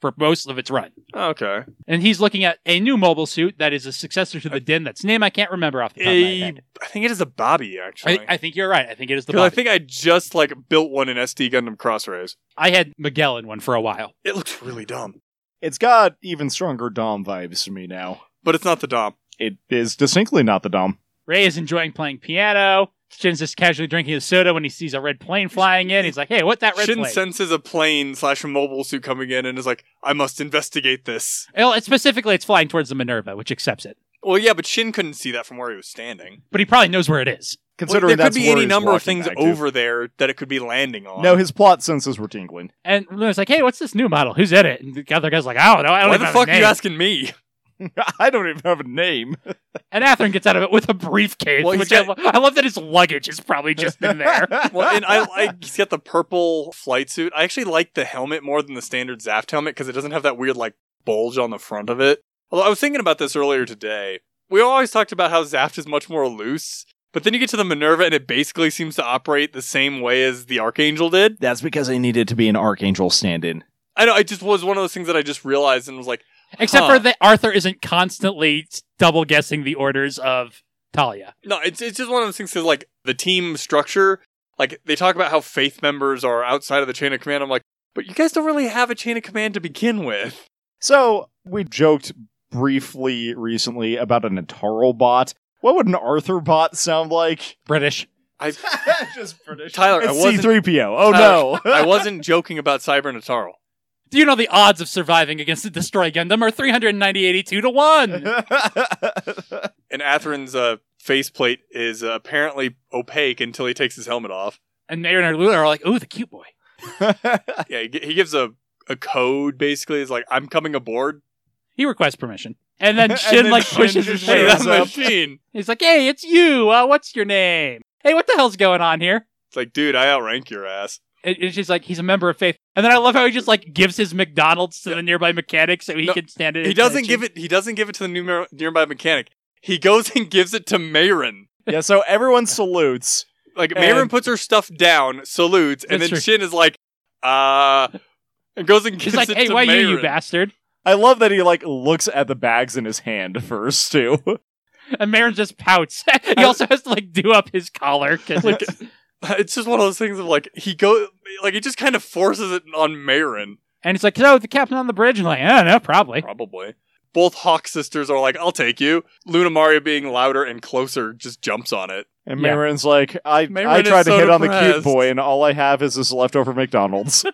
[SPEAKER 2] for most of its run.
[SPEAKER 4] Oh, Okay.
[SPEAKER 2] And he's looking at a new mobile suit that is a successor to the Din. That's name I can't remember off the top of my
[SPEAKER 4] Uh, A,
[SPEAKER 2] head.
[SPEAKER 4] I think it is a Bobby actually.
[SPEAKER 2] I, I think you're right. I think it is the.
[SPEAKER 4] 'Cause I
[SPEAKER 2] Bobby.
[SPEAKER 4] think I just like built one in SD Gundam Cross Rays.
[SPEAKER 2] I had Miguel in one for a while.
[SPEAKER 4] It looks really dumb,
[SPEAKER 3] It's got even stronger Dom vibes to me now.
[SPEAKER 4] but it's not the Dom.
[SPEAKER 3] It is distinctly not the Dom.
[SPEAKER 2] Ray is enjoying playing piano. Shin's just casually drinking his soda when he sees a red plane flying in. He's like, "Hey, what that red
[SPEAKER 4] Shin
[SPEAKER 2] plane?"
[SPEAKER 4] senses a plane slash mobile suit coming in and is like, I must investigate this.
[SPEAKER 2] well, it's specifically, it's flying towards the Minerva, which accepts it.
[SPEAKER 4] Well, yeah, but Shin couldn't see that from where he was standing.
[SPEAKER 2] But he probably knows where it is.
[SPEAKER 3] Considering
[SPEAKER 4] there could
[SPEAKER 3] that's
[SPEAKER 4] be
[SPEAKER 3] where
[SPEAKER 4] any
[SPEAKER 3] he's
[SPEAKER 4] number of
[SPEAKER 3] walking
[SPEAKER 4] things
[SPEAKER 3] back to.
[SPEAKER 4] over there that it could be landing on.
[SPEAKER 3] No, his plot senses were tingling.
[SPEAKER 2] And Luna's like, "Hey, what's this new model? Who's in it?" And the other guy's like, "I don't know. I don't
[SPEAKER 4] why
[SPEAKER 2] even
[SPEAKER 4] the
[SPEAKER 2] have a
[SPEAKER 4] fuck are you
[SPEAKER 2] name."
[SPEAKER 4] asking me?
[SPEAKER 3] I don't even have a name.
[SPEAKER 2] And Atherin gets out of it with a briefcase.
[SPEAKER 4] Well, he's
[SPEAKER 2] which I,
[SPEAKER 4] got-
[SPEAKER 2] lo- I love that his luggage is probably just in there.
[SPEAKER 4] Well, and I like he's got the purple flight suit. I actually like the helmet more than the standard Zaft helmet because it doesn't have that weird like bulge on the front of it. Although I was thinking about this earlier today. We always talked about how Zaft is much more loose, but then you get to the Minerva and it basically seems to operate the same way as the Archangel did.
[SPEAKER 3] That's because I needed to be an Archangel stand in.
[SPEAKER 4] I know. I just was one of those things that I just realized and was like,
[SPEAKER 2] Except
[SPEAKER 4] Huh.
[SPEAKER 2] for that Arthur isn't constantly double guessing the orders of Talia.
[SPEAKER 4] no, it's it's just one of those things because like the team structure, like they talk about how faith members are outside of the chain of command. I'm like, but you guys don't really have a chain of command to begin with.
[SPEAKER 3] So, we joked briefly recently about an Ataro bot. What would an Arthur bot sound like?
[SPEAKER 2] British.
[SPEAKER 4] I
[SPEAKER 3] Just British.
[SPEAKER 4] Tyler, I
[SPEAKER 3] It's
[SPEAKER 4] wasn't
[SPEAKER 3] C3PO. Oh
[SPEAKER 4] Tyler,
[SPEAKER 3] no.
[SPEAKER 4] I wasn't joking about Cyber Nataro.
[SPEAKER 2] Do you know the odds of surviving against the Destroy Gundam are 392 to 1?
[SPEAKER 4] And Atherin's uh, faceplate is uh, apparently opaque until he takes his helmet off.
[SPEAKER 2] and Aaron and Luna are like, ooh, the cute boy.
[SPEAKER 4] Yeah, he, gi- he gives a, a code basically. He's like, I'm coming aboard.
[SPEAKER 2] He requests permission. And then
[SPEAKER 3] And
[SPEAKER 2] Shin,
[SPEAKER 3] then
[SPEAKER 2] like,
[SPEAKER 3] Shin
[SPEAKER 2] pushes his
[SPEAKER 3] just
[SPEAKER 4] Hey,
[SPEAKER 2] face.
[SPEAKER 3] shows
[SPEAKER 4] that
[SPEAKER 3] Hands up.
[SPEAKER 4] machine.
[SPEAKER 2] He's like, hey, it's you. Uh, what's your name? Hey, what the hell's going on here?
[SPEAKER 4] It's like, dude, I outrank your ass.
[SPEAKER 2] And and she's like, he's a member of faith. And then I love how he just, like, gives his McDonald's to the nearby mechanic so he
[SPEAKER 4] No,
[SPEAKER 2] can stand it.
[SPEAKER 4] He doesn't give it. He doesn't give it to the new, nearby mechanic. He goes and gives it to Mayron.
[SPEAKER 3] yeah, so everyone salutes.
[SPEAKER 4] Like
[SPEAKER 3] And-
[SPEAKER 4] Mayron puts her stuff down, salutes, and
[SPEAKER 2] That's
[SPEAKER 4] then
[SPEAKER 2] true.
[SPEAKER 4] Shin is like, uh, and goes and gives
[SPEAKER 2] He's like,
[SPEAKER 4] it
[SPEAKER 2] hey,
[SPEAKER 4] to
[SPEAKER 2] why you, you
[SPEAKER 4] Mayron.
[SPEAKER 2] bastard?
[SPEAKER 3] I love that he like looks at the bags in his hand first too.
[SPEAKER 2] And Marin just pouts. he also has to, like, do up his collar. 'cause
[SPEAKER 4] Like,
[SPEAKER 2] it's-
[SPEAKER 4] It's just one of those things of like he go like he just kind of forces it on Marin,
[SPEAKER 2] and he's like, so the captain on the bridge? And I'm like, I don't know, probably.
[SPEAKER 4] probably. Both Hawk sisters are like, "I'll take you." Luna Maria being louder and closer just jumps on it.
[SPEAKER 3] And
[SPEAKER 2] Yeah.
[SPEAKER 3] Marin's like, I
[SPEAKER 4] Marin
[SPEAKER 3] I
[SPEAKER 4] is
[SPEAKER 3] tried to
[SPEAKER 4] so
[SPEAKER 3] hit on the cute
[SPEAKER 4] depressed.
[SPEAKER 3] boy, and all I have is this leftover McDonald's.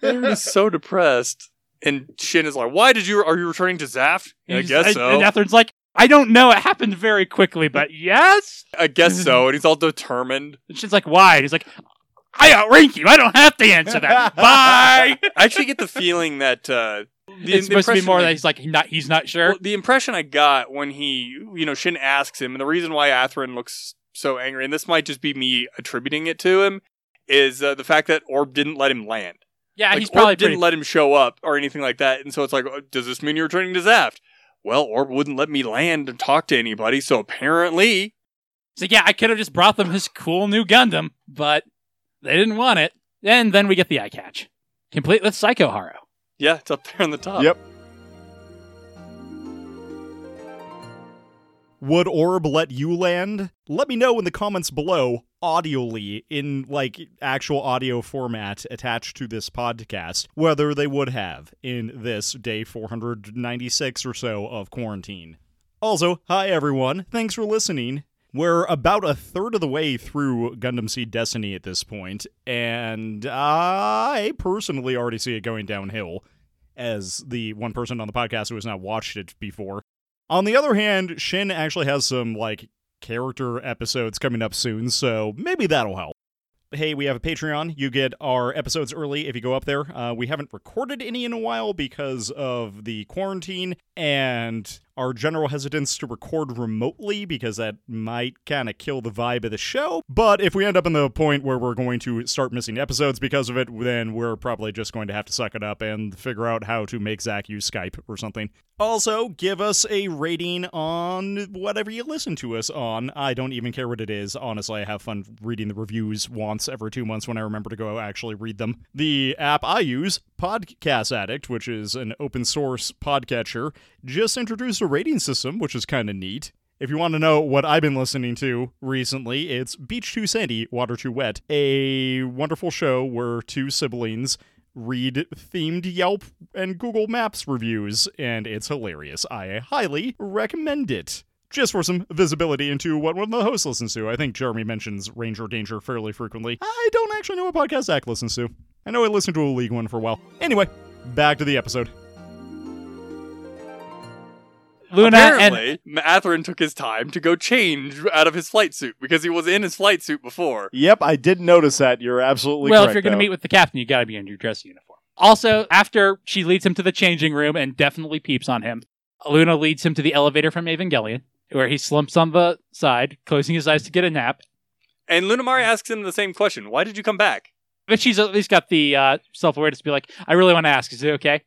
[SPEAKER 4] Marin is so depressed, and Shin is like, "Why did you? Are you returning to Zaft?"
[SPEAKER 2] And
[SPEAKER 4] I
[SPEAKER 2] he's-
[SPEAKER 4] guess so.
[SPEAKER 2] And Etherin's like, I don't know. It happened very quickly, but yes.
[SPEAKER 4] I guess so. And he's all determined.
[SPEAKER 2] And she's like, why? And he's like, I outrank you. I don't have to answer that. Bye.
[SPEAKER 4] I actually get the feeling that uh, the,
[SPEAKER 2] it's
[SPEAKER 4] the
[SPEAKER 2] supposed to be
[SPEAKER 4] impression
[SPEAKER 2] more
[SPEAKER 4] I-
[SPEAKER 2] that he's like, not, he's not sure.
[SPEAKER 4] well, the impression I got when he, you know, Shin asks him, and the reason why Atherin looks so angry, and this might just be me attributing it to him, is uh, the fact that Orb didn't let him land.
[SPEAKER 2] yeah,
[SPEAKER 4] Like,
[SPEAKER 2] Ah, he's probably
[SPEAKER 4] Orb didn't
[SPEAKER 2] pretty.
[SPEAKER 4] let him show up or anything like that, and so it's like, oh, does this mean you're returning to Zaft? Well, Orb wouldn't let me land and talk to anybody, so apparently,
[SPEAKER 2] so yeah, I could have just brought them his cool new Gundam, but they didn't want it. And then we get the eye catch. complete with Psycho Haru.
[SPEAKER 4] Yeah, it's up there on the top.
[SPEAKER 3] Yep. Would Orb let you land? Let me know in the comments below, audially, in like actual audio format attached to this podcast, whether they would have in this day 496 or so of quarantine. Also, hi everyone, thanks for listening. We're about a third of the way through Gundam Seed Destiny at this point, and I personally already see it going downhill, as the one person on the podcast who has not watched it before on the other hand, Shin actually has some like character episodes coming up soon, so maybe that'll help. Hey, we have a Patreon. You get our episodes early if you go up there. Uh, we haven't recorded any in a while because of the quarantine and our general hesitance to record remotely because that might kind of kill the vibe of the show. But if we end up in the point where we're going to start missing episodes because of it, then we're probably just going to have to suck it up and figure out how to make Zach use Skype or something. Also, give us a rating on whatever you listen to us on. I don't even care what it is. Honestly, I have fun reading the reviews once every two months when I remember to go actually read them. The app I use, Podcast Addict, which is an open source podcatcher, just introduced a rating system, which is kind of neat. If you want to know what I've been listening to recently, it's Beach Too Sandy, Water Too Wet, a wonderful show where two siblings read themed Yelp and Google Maps reviews, and it's hilarious. I highly recommend it. Just for some visibility into what one of the hosts listens to. I think Jeremy mentions Ranger Danger fairly frequently. I don't actually know what podcast Zach listens to. I know I listened to a League one for a while. Anyway, back to the episode.
[SPEAKER 2] Luna and
[SPEAKER 4] Apparently, Matherin took his time to go change out of his flight suit because he was in his flight suit before.
[SPEAKER 3] Yep, I did notice that. You're absolutely
[SPEAKER 2] well, if you're going to meet with the captain, you got to be in your dress uniform. Also, after she leads him to the changing room and definitely peeps on him, Luna leads him to the elevator from Evangelion, where he slumps on the side, closing his eyes to get a nap.
[SPEAKER 4] And Lunamari asks him the same question Why did you come back?
[SPEAKER 2] But she's at least got the uh, self awareness to be like, I really want to ask, is it okay?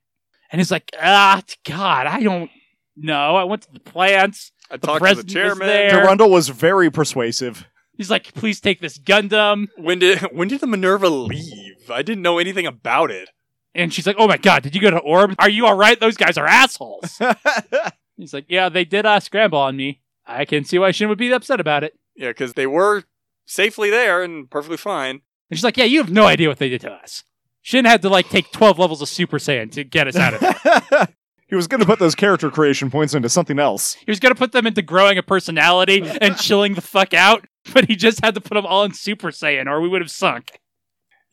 [SPEAKER 2] And he's like, Ah, t- God, I don't know. I went to the plants.
[SPEAKER 4] I
[SPEAKER 2] The
[SPEAKER 4] talked to the
[SPEAKER 2] president was
[SPEAKER 4] chairman.
[SPEAKER 2] there.
[SPEAKER 3] Durandal was very persuasive.
[SPEAKER 2] He's like, Please take this Gundam.
[SPEAKER 4] When did when did the Minerva leave? I didn't know anything about it.
[SPEAKER 2] And she's like, Oh my God, did you go to Orb? Are you all right? Those guys are assholes. he's like, Yeah, they did uh, scramble on me. I can see why Shin would be upset about it.
[SPEAKER 4] Yeah, because they were safely there and perfectly fine.
[SPEAKER 2] And she's like, Yeah, you have no idea what they did to us. Shin had to like take 12 levels of Super Saiyan to get us out of there.
[SPEAKER 3] he was going to put those character creation points into something else.
[SPEAKER 2] he was going to put them into growing a personality and chilling the fuck out, but he just had to put them all in Super Saiyan or we would have sunk.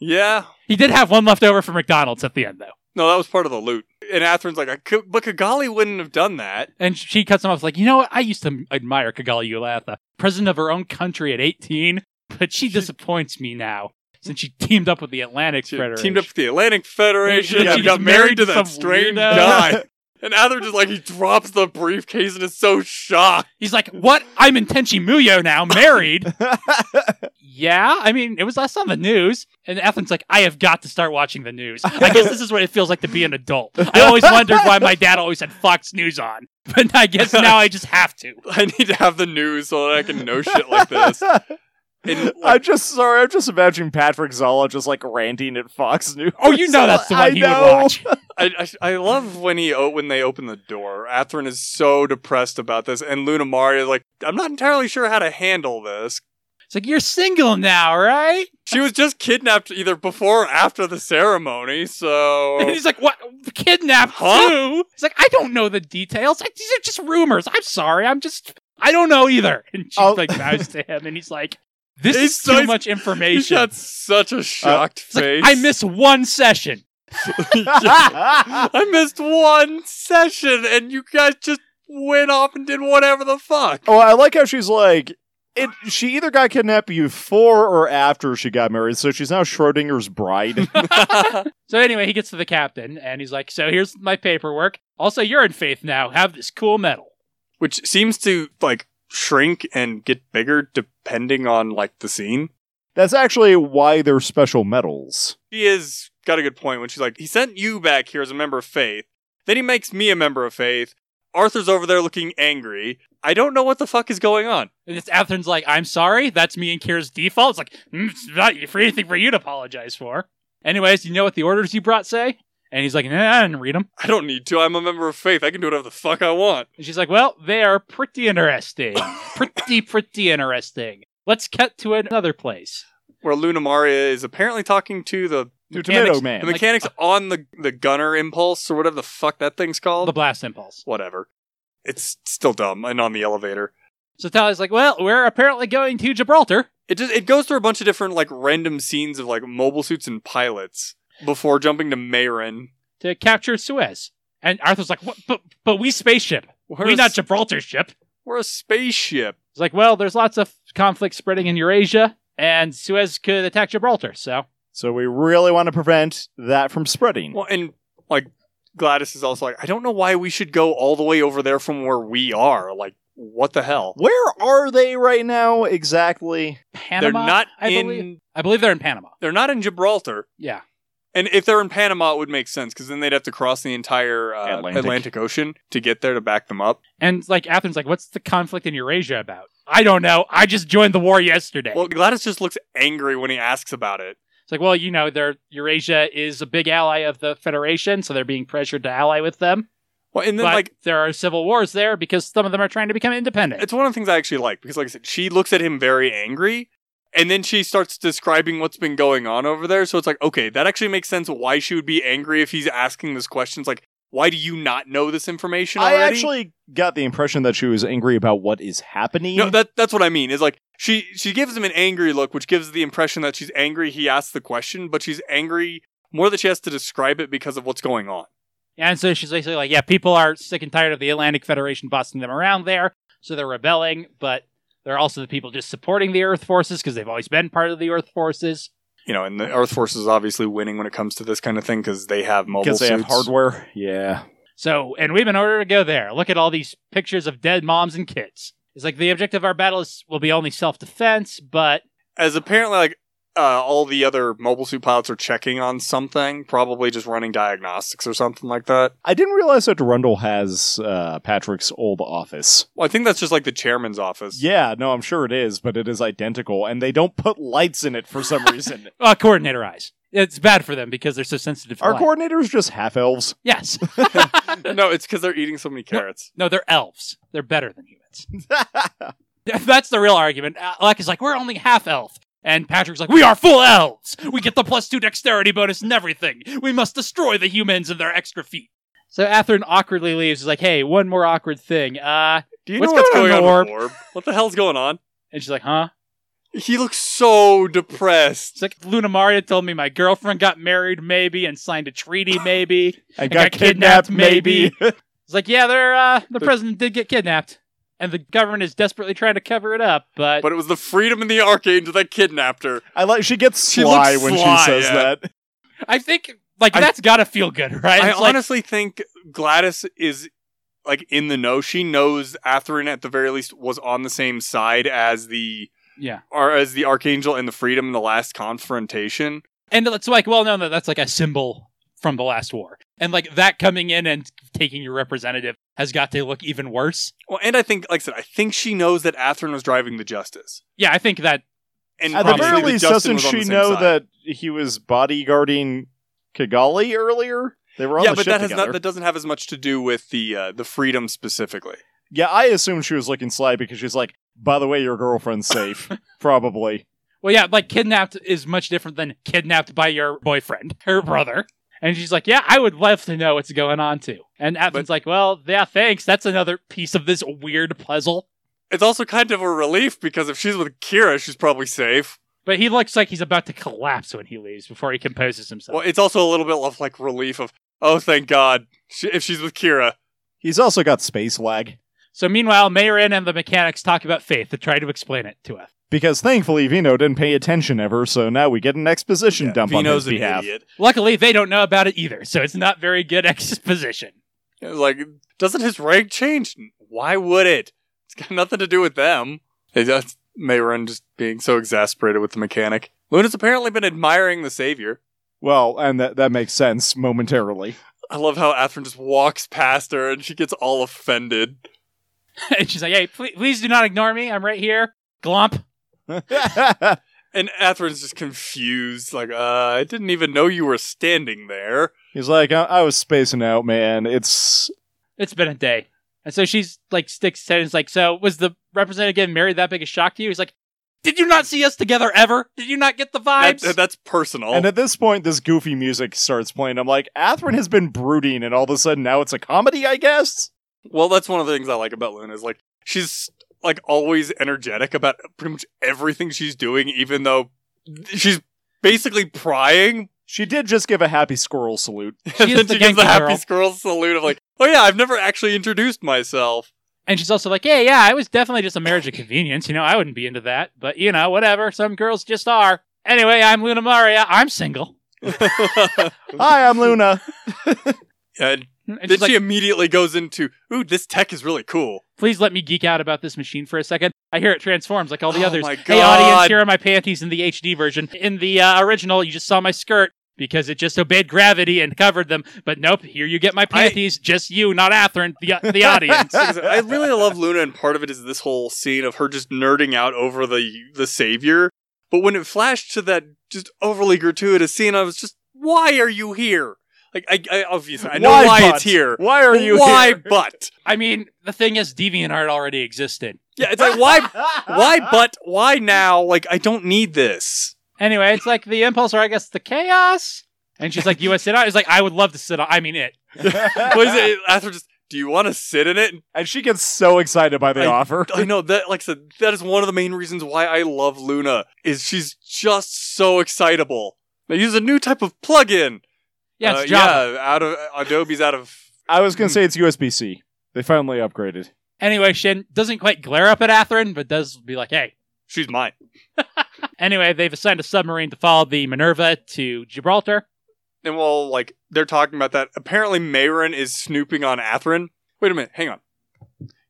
[SPEAKER 4] Yeah.
[SPEAKER 2] He did have one left over from McDonald's at the end, though.
[SPEAKER 4] No, that was part of the loot. And Atherin's like, I could, but Kigali wouldn't have done that.
[SPEAKER 2] And she cuts him off like, You know what? I used to admire Kigali Yulatha, president of her own country at 18, but she disappoints me now since she teamed up with the Atlantic
[SPEAKER 4] She
[SPEAKER 2] Federation.
[SPEAKER 4] teamed up with the Atlantic Federation.
[SPEAKER 2] Yeah,
[SPEAKER 4] she
[SPEAKER 2] she's
[SPEAKER 4] got married to that
[SPEAKER 2] some
[SPEAKER 4] strange
[SPEAKER 2] weirdo.
[SPEAKER 4] guy. And Ather just like he drops the briefcase and is so shocked.
[SPEAKER 2] He's like, What? I'm in Tenchi Muyo now, married. yeah, I mean, it was last on the news. And Ethan's like, I have got to start watching the news. I guess this is what it feels like to be an adult. I always wondered why my dad always had Fox News on, but I guess now I just have to.
[SPEAKER 4] I need to have the news so that I can know shit like this. And like,
[SPEAKER 3] I'm just sorry. I'm just imagining Patrick Zala just like ranting at Fox News.
[SPEAKER 2] Oh, you know that's the
[SPEAKER 3] I
[SPEAKER 2] one he would
[SPEAKER 3] know.
[SPEAKER 2] watch.
[SPEAKER 4] I, I, I love when he o- when they open the door. Atherin is so depressed about this, and Luna Maria is like, I'm not entirely sure how to handle this.
[SPEAKER 2] It's like, You're single now, right?
[SPEAKER 4] She was just kidnapped either before or after the ceremony,
[SPEAKER 2] And
[SPEAKER 4] so
[SPEAKER 2] he's like, What? Kidnapped
[SPEAKER 4] Huh?
[SPEAKER 2] who? He's like, I don't know the details. I- These are just rumors. I'm sorry. I'm just, I don't know either. And she
[SPEAKER 3] I'll-
[SPEAKER 2] like bows to him, and he's like, This
[SPEAKER 4] Oh. He's
[SPEAKER 2] is too
[SPEAKER 4] so-
[SPEAKER 2] much
[SPEAKER 4] he's
[SPEAKER 2] information.
[SPEAKER 4] got such a shocked
[SPEAKER 2] Uh, It's like,
[SPEAKER 4] face.
[SPEAKER 2] I miss one session.
[SPEAKER 4] I missed one session, and you guys just went off and did whatever the fuck.
[SPEAKER 3] oh, I like how she's like. It, she either got kidnapped before or after she got married, so she's now Schrodinger's bride.
[SPEAKER 2] So anyway, he gets to the captain and he's like, "So here's my paperwork. Also, you're in faith now. Have this cool medal."
[SPEAKER 4] Which seems to like shrink and get bigger depending on like the scene.
[SPEAKER 3] That's actually why they're special medals.
[SPEAKER 4] She is got a good point when she's like, he sent you back here as a member of faith. Then he makes me a member of faith. Arthur's over there looking angry. I don't know what the fuck is going on.
[SPEAKER 2] And it's Atherin's "Hmm, like, "I'm sorry. That's me and Kira's default." It's like, mm, "It's not for anything for you to apologize for." Anyways, you know what the orders you brought say? And he's like, nah, I didn't read them.
[SPEAKER 4] I don't need to. I'm a member of faith. I can do whatever the fuck I want.
[SPEAKER 2] And she's like, well, they are pretty interesting. pretty, pretty interesting. Let's cut to another place.
[SPEAKER 4] Where Luna Maria is apparently talking to the
[SPEAKER 3] The
[SPEAKER 2] Mechanics-
[SPEAKER 3] tomato man.
[SPEAKER 4] the
[SPEAKER 2] uh,
[SPEAKER 4] mechanics on the the gunner impulse or whatever the fuck that thing's called.
[SPEAKER 2] The blast impulse.
[SPEAKER 4] whatever. It's still dumb and on the elevator.
[SPEAKER 2] So Tally's like, well, we're apparently going to Gibraltar.
[SPEAKER 4] It just it goes through a bunch of different like random scenes of like mobile suits and pilots before jumping to Mayrin.
[SPEAKER 2] to capture Suez. And Arthur's like, what? But, but we spaceship.
[SPEAKER 4] We're,
[SPEAKER 2] we
[SPEAKER 4] a,
[SPEAKER 2] not
[SPEAKER 4] s-
[SPEAKER 2] Gibraltar ship.
[SPEAKER 4] we're a spaceship.
[SPEAKER 2] It's like, well, there's lots of conflict spreading in Eurasia, and Suez could attack Gibraltar. So
[SPEAKER 3] So we really want to prevent that from spreading.
[SPEAKER 4] Well, and like Gladys is also like, I don't know why we should go all the way over there from where we are. Like, what the hell?
[SPEAKER 3] Where are they right now exactly?
[SPEAKER 2] Panama.
[SPEAKER 4] they're not
[SPEAKER 2] I
[SPEAKER 4] in.
[SPEAKER 2] Believe, I believe they're in Panama.
[SPEAKER 4] They're not in Gibraltar.
[SPEAKER 2] Yeah.
[SPEAKER 4] And if they're in Panama, it would make sense because then they'd have to cross the entire uh,
[SPEAKER 3] Atlantic.
[SPEAKER 4] Atlantic. Ocean to get there to back them up.
[SPEAKER 2] And like Athens, like, what's the conflict in Eurasia about? I don't know. I just joined the war yesterday.
[SPEAKER 4] Well, Gladys just looks angry when he asks about it.
[SPEAKER 2] it's like, well, you know, they're, Eurasia is a big ally of the Federation, so they're being pressured to ally with them.
[SPEAKER 4] Well, and then
[SPEAKER 2] but
[SPEAKER 4] like
[SPEAKER 2] there are civil wars there because some of them are trying to become independent.
[SPEAKER 4] it's one of the things I actually like because, like I said, she looks at him very angry, and then she starts describing what's been going on over there. So it's like, okay, that actually makes sense. Why she would be angry if he's asking this question? It's like, why do you not know this information
[SPEAKER 3] I
[SPEAKER 4] already?
[SPEAKER 3] actually got the impression that she was angry about what is happening.
[SPEAKER 4] no. That that's what I mean. Is like she she gives him an angry look, which gives the impression that she's angry. He asked the question, but she's angry more that she has to describe it because of what's going on.
[SPEAKER 2] And so she's basically like, yeah, people are sick and tired of the Atlantic Federation bossing them around there, so they're rebelling, but they're also the people just supporting the Earth forces because they've always been part of the Earth forces.
[SPEAKER 4] You know, and the Earth Force is obviously winning when it comes to this kind of thing because they have mobile
[SPEAKER 3] because they have
[SPEAKER 4] suits.
[SPEAKER 3] hardware. Yeah.
[SPEAKER 2] So, and we've been ordered to go there. Look at all these pictures of dead moms and kids. It's like the objective of our battle is, will be only self defense, but
[SPEAKER 4] as apparently like uh, all the other mobile suit pilots are checking on something, probably just running diagnostics or something like that.
[SPEAKER 3] I didn't realize that Rundle has uh, Patrick's old office.
[SPEAKER 4] Well, I think that's just like the chairman's office.
[SPEAKER 3] Yeah, no, I'm sure it is, but it is identical, and they don't put lights in it for some reason.
[SPEAKER 2] uh, coordinator eyes. It's bad for them because they're so sensitive. To
[SPEAKER 3] Our
[SPEAKER 2] light.
[SPEAKER 3] coordinator's just half elves.
[SPEAKER 2] yes.
[SPEAKER 4] no, it's because they're eating so many carrots.
[SPEAKER 2] No, they're elves. They're better than humans. That's the real argument. Uh, Alec is like, we're only half elf. And Patrick's like, we are full elves. We get the plus two dexterity bonus and everything. We must destroy the humans and their extra feet. So Atherin awkwardly leaves. He's like, hey, one more awkward thing. Uh,
[SPEAKER 4] Do you
[SPEAKER 2] What's
[SPEAKER 4] know what's
[SPEAKER 2] going
[SPEAKER 4] going
[SPEAKER 2] on,
[SPEAKER 4] on, with Orb? What the hell's going on?
[SPEAKER 2] and she's like, huh?
[SPEAKER 4] He looks so depressed.
[SPEAKER 2] It's like, Luna Maria told me my girlfriend got married, maybe, and signed a treaty, maybe.
[SPEAKER 3] I
[SPEAKER 2] got kidnapped, maybe. It's like, yeah, they're, uh, the president did get kidnapped. And the government is desperately trying to cover it up, but.
[SPEAKER 4] But it was the freedom in the archangel that kidnapped her.
[SPEAKER 3] I like she gets
[SPEAKER 4] She
[SPEAKER 3] sly
[SPEAKER 4] looks
[SPEAKER 3] when
[SPEAKER 4] sly,
[SPEAKER 3] she says
[SPEAKER 4] yeah.
[SPEAKER 3] that.
[SPEAKER 2] I think like
[SPEAKER 4] I-
[SPEAKER 2] that's gotta feel good, right?
[SPEAKER 4] I
[SPEAKER 2] It's like,
[SPEAKER 4] honestly think Gladys is like in the know. She knows Atherin at the very least was on the same side as the
[SPEAKER 2] yeah,
[SPEAKER 4] are as the archangel and the freedom in the last confrontation.
[SPEAKER 2] and it's like, well, no, no, that's like a symbol from the last war, and like that coming in and taking your representative has got to look even worse.
[SPEAKER 4] Well, and I think, like I said, I think she knows that Atherin was driving the justice,
[SPEAKER 2] Yeah, I think that
[SPEAKER 4] and
[SPEAKER 3] At the
[SPEAKER 4] obviously
[SPEAKER 3] very
[SPEAKER 2] Probably.
[SPEAKER 4] the
[SPEAKER 3] least,
[SPEAKER 4] Justin
[SPEAKER 3] doesn't
[SPEAKER 4] was on
[SPEAKER 3] she
[SPEAKER 4] the same
[SPEAKER 3] know
[SPEAKER 4] side.
[SPEAKER 3] that he was bodyguarding Kigali earlier? They were on
[SPEAKER 4] Yeah,
[SPEAKER 3] the
[SPEAKER 4] but
[SPEAKER 3] ship
[SPEAKER 4] that has
[SPEAKER 3] together.
[SPEAKER 4] not that doesn't have as much to do with the uh, the freedom specifically.
[SPEAKER 3] Yeah, I assume she was looking sly because she's like, by the way, your girlfriend's safe. Probably.
[SPEAKER 2] well, yeah, like kidnapped is much different than kidnapped by your boyfriend, her brother. And she's like, "Yeah, I would love to know what's going on too." And Athen's like, "Well, yeah, thanks. That's another piece of this weird puzzle."
[SPEAKER 4] It's also kind of a relief because if she's with Kira, she's probably safe.
[SPEAKER 2] But he looks like he's about to collapse when he leaves before he composes himself.
[SPEAKER 4] Well, it's also a little bit of like relief of oh, thank God, she, if she's with Kira.
[SPEAKER 3] He's also got space lag
[SPEAKER 2] So meanwhile, Mayrin and the mechanics talk about faith to try to explain it to us.
[SPEAKER 3] because thankfully Vino didn't pay attention ever, so now we get an exposition dump
[SPEAKER 4] Vino's
[SPEAKER 3] on his
[SPEAKER 4] an
[SPEAKER 3] behalf.
[SPEAKER 4] idiot.
[SPEAKER 2] Luckily, they don't know about it either, so it's not very good exposition.
[SPEAKER 4] It was like, doesn't his rank change? Why would it? It's got nothing to do with them. It- That's Mayron just being so exasperated with the mechanic. Luna's apparently been admiring the savior.
[SPEAKER 3] Well, and that that makes sense momentarily.
[SPEAKER 4] I love how Atherin just walks past her and she gets all offended.
[SPEAKER 2] and she's like, "Hey, please, please do not ignore me. I'm right here." Glomp.
[SPEAKER 4] And Atherin's just confused, like, uh, I didn't even know you were standing there.
[SPEAKER 3] He's like, I, I was spacing out, man. It's
[SPEAKER 2] It's been a day. And so she's like sticks his head and is like, So was the representative married that big a shock to you? He's like, Did you not see us together ever? Did you not get the
[SPEAKER 4] That,
[SPEAKER 2] vibes?
[SPEAKER 4] that's personal.
[SPEAKER 3] and at this point, this goofy music starts playing. I'm like, Atherin has been brooding, and all of a sudden now it's a comedy, I guess.
[SPEAKER 4] well, that's one of the things I like about Luna is like she's like always energetic about pretty much everything she's doing, even though she's basically prying.
[SPEAKER 3] She did just give a happy squirrel salute.
[SPEAKER 4] and
[SPEAKER 2] is
[SPEAKER 4] then
[SPEAKER 2] the
[SPEAKER 4] she gives
[SPEAKER 2] Genki
[SPEAKER 4] the happy
[SPEAKER 2] girl.
[SPEAKER 4] squirrel salute of like, oh yeah, I've never actually introduced myself.
[SPEAKER 2] And she's also like, Yeah, yeah, I was definitely just a marriage of convenience. You know, I wouldn't be into that. But, you know, whatever. Some girls just are. Anyway, I'm Luna Maria. I'm single.
[SPEAKER 3] Hi, I'm Luna.
[SPEAKER 4] and
[SPEAKER 2] And
[SPEAKER 4] then
[SPEAKER 2] she's
[SPEAKER 4] she
[SPEAKER 2] like,
[SPEAKER 4] immediately goes into, ooh, this tech is really cool.
[SPEAKER 2] Please let me geek out about this machine for a second. I hear it transforms like all the
[SPEAKER 4] Oh
[SPEAKER 2] others.
[SPEAKER 4] my
[SPEAKER 2] Hey, audience,
[SPEAKER 4] God.
[SPEAKER 2] here are my panties in the HD version. In the uh, original, you just saw my skirt because it just obeyed gravity and covered them. But nope, here you get my panties. Just you, not Atherin, the, the audience.
[SPEAKER 4] Because I really love Luna, and part of it is this whole scene of her just nerding out over the the savior. But when it flashed to that just overly gratuitous scene, I was just, why are you here? Like, I, I obviously I know why,
[SPEAKER 3] but?
[SPEAKER 4] it's here.
[SPEAKER 3] Why are you
[SPEAKER 4] why
[SPEAKER 3] here?
[SPEAKER 4] but?
[SPEAKER 2] I mean, the thing is, DeviantArt already existed.
[SPEAKER 4] Yeah, it's like why, why but? Why now? Like, I don't need this.
[SPEAKER 2] Anyway, it's like the impulse, or I guess the chaos. And she's like, "You want to sit on?" It's like, "I would love to sit on." I mean, it.
[SPEAKER 4] What is it? After just, do you want to sit in it?
[SPEAKER 3] And she gets so excited by the
[SPEAKER 4] I-
[SPEAKER 3] offer.
[SPEAKER 4] I know that, like I said, that is one of the main reasons why I love Luna. Is she's just so excitable. They use a new type of plug-in.
[SPEAKER 2] Yeah,
[SPEAKER 4] Uh,
[SPEAKER 2] it's Java.
[SPEAKER 4] yeah, out of Adobe's out of.
[SPEAKER 3] I was gonna say it's USB C. They finally upgraded.
[SPEAKER 2] Anyway, Shin doesn't quite glare up at Atherin, but does be like, "Hey."
[SPEAKER 4] She's mine.
[SPEAKER 2] Anyway, they've assigned a submarine to follow the Minerva to Gibraltar.
[SPEAKER 4] And while like they're talking about that, apparently Mayron is snooping on Atherin. Wait a minute, hang on.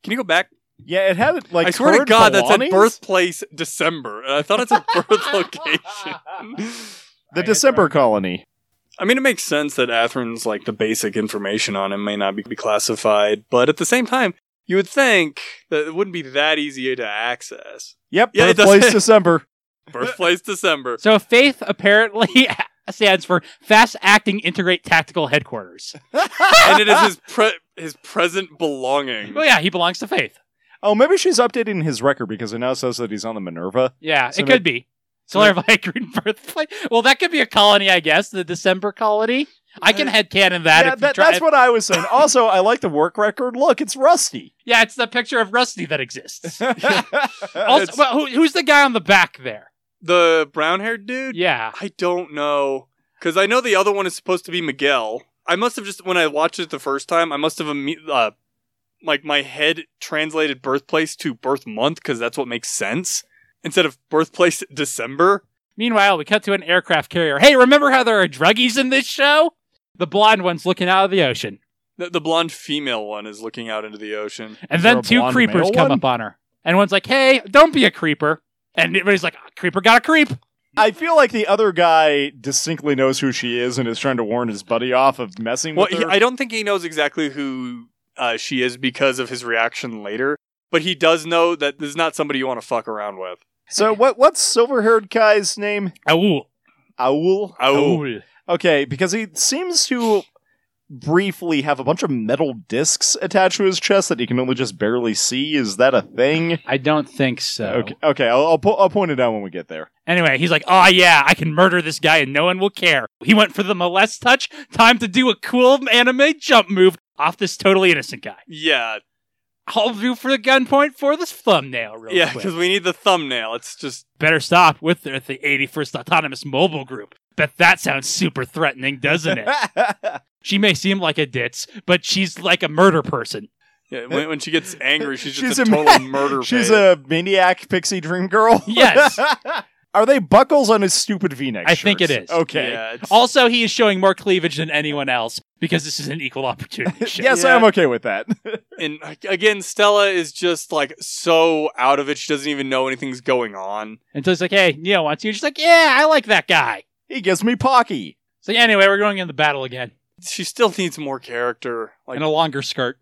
[SPEAKER 4] Can you go back?
[SPEAKER 3] Yeah, it had like
[SPEAKER 4] I swear to
[SPEAKER 3] curd
[SPEAKER 4] God, that said
[SPEAKER 3] belongings?
[SPEAKER 4] birthplace December, and I thought it said birth location.
[SPEAKER 3] The December colony.
[SPEAKER 4] I mean, it makes sense that Atherin's like the basic information on him may not be, be classified, but at the same time, you would think that it wouldn't be that easy to access.
[SPEAKER 3] Yep,
[SPEAKER 4] Yeah, it
[SPEAKER 3] birthplace
[SPEAKER 4] does-
[SPEAKER 3] December.
[SPEAKER 4] Birthplace December.
[SPEAKER 2] So Faith apparently stands for Fast Acting Integrate Tactical Headquarters.
[SPEAKER 4] and it is his pre- his present belonging.
[SPEAKER 2] Well, yeah, he belongs to Faith.
[SPEAKER 3] Oh, maybe she's updating his record because it now says that he's on the Minerva.
[SPEAKER 2] Yeah,
[SPEAKER 3] So
[SPEAKER 2] it could be.
[SPEAKER 3] so
[SPEAKER 2] Clarify Green Birthplace. Well, that could be a colony, I guess, the December colony. I can headcanon that.
[SPEAKER 3] Uh, yeah,
[SPEAKER 2] if you
[SPEAKER 3] that-
[SPEAKER 2] try-
[SPEAKER 3] that's what I was saying. Also, I like the work record. Look, it's rusty.
[SPEAKER 2] yeah, it's the picture of Rusty that exists. also, well, who, who's the guy on the back there?
[SPEAKER 4] The brown haired dude?
[SPEAKER 2] Yeah.
[SPEAKER 4] I don't know. Because I know the other one is supposed to be Miguel. I must have just, when I watched it the first time, I must have, imme- uh, like, my head translated birthplace to birth month because that's what makes sense instead of birthplace December.
[SPEAKER 2] Meanwhile, we cut to an aircraft carrier. Hey, remember how there are druggies in this show? The blonde one's looking out of the ocean.
[SPEAKER 4] The, the blonde female one is looking out into the ocean.
[SPEAKER 2] And
[SPEAKER 3] Is there
[SPEAKER 2] then
[SPEAKER 3] a
[SPEAKER 2] two
[SPEAKER 3] blonde
[SPEAKER 2] creepers
[SPEAKER 3] male
[SPEAKER 2] come
[SPEAKER 3] one?
[SPEAKER 2] up on her. And one's like, hey, don't be a creeper. And everybody's like, "Ah, creeper got a creep.
[SPEAKER 3] I feel like the other guy distinctly knows who she is and is trying to warn his buddy off of messing
[SPEAKER 4] Well,
[SPEAKER 3] with
[SPEAKER 4] he,
[SPEAKER 3] her.
[SPEAKER 4] I don't think he knows exactly who uh, she is because of his reaction later, but he does know that this is not somebody you want to fuck around with.
[SPEAKER 3] so, what what's silver haired guy's name?
[SPEAKER 2] Owl.
[SPEAKER 3] Owl.
[SPEAKER 4] Oh,
[SPEAKER 3] Okay, because he seems to briefly have a bunch of metal discs attached to his chest that he can only just barely see. Is that a thing?
[SPEAKER 2] I don't think so.
[SPEAKER 3] Okay, okay, I'll I'll, po- I'll point it out when we get there.
[SPEAKER 2] Anyway, he's like, oh yeah, I can murder this guy and no one will care. He went for the molest touch. Time to do a cool anime jump move off this totally innocent guy.
[SPEAKER 4] yeah.
[SPEAKER 2] I'll do for the gunpoint for this thumbnail real
[SPEAKER 4] Yeah,
[SPEAKER 2] quick.
[SPEAKER 4] because we need the thumbnail. It's just
[SPEAKER 2] Better stop with the, the 81st Autonomous Mobile Group. Bet that sounds super threatening, doesn't it? she may seem like a ditz, but she's like a murder person.
[SPEAKER 4] yeah, when, when she gets angry, she's just
[SPEAKER 3] Uh, She's
[SPEAKER 4] a
[SPEAKER 3] a
[SPEAKER 4] total
[SPEAKER 3] ma-
[SPEAKER 4] murder.
[SPEAKER 3] She's
[SPEAKER 4] babe.
[SPEAKER 3] a maniac pixie dream girl.
[SPEAKER 2] Yes.
[SPEAKER 3] Are they buckles on his stupid V-neck?
[SPEAKER 2] I think
[SPEAKER 3] shirts?
[SPEAKER 2] it is.
[SPEAKER 3] Okay.
[SPEAKER 4] Yeah, it's-
[SPEAKER 2] Also, he is showing more cleavage than anyone else because this is an equal opportunity show.
[SPEAKER 3] Yes,
[SPEAKER 4] Yeah.
[SPEAKER 3] I'm okay with that.
[SPEAKER 4] and again, Stella is just like so out of it. She doesn't even know anything's going on.
[SPEAKER 2] And so he's like, hey, Neo wants you. She's like, yeah, I like that guy.
[SPEAKER 3] he gives me Pocky.
[SPEAKER 2] So anyway, we're going into battle again
[SPEAKER 4] She still needs more character. Like
[SPEAKER 2] in a longer skirt.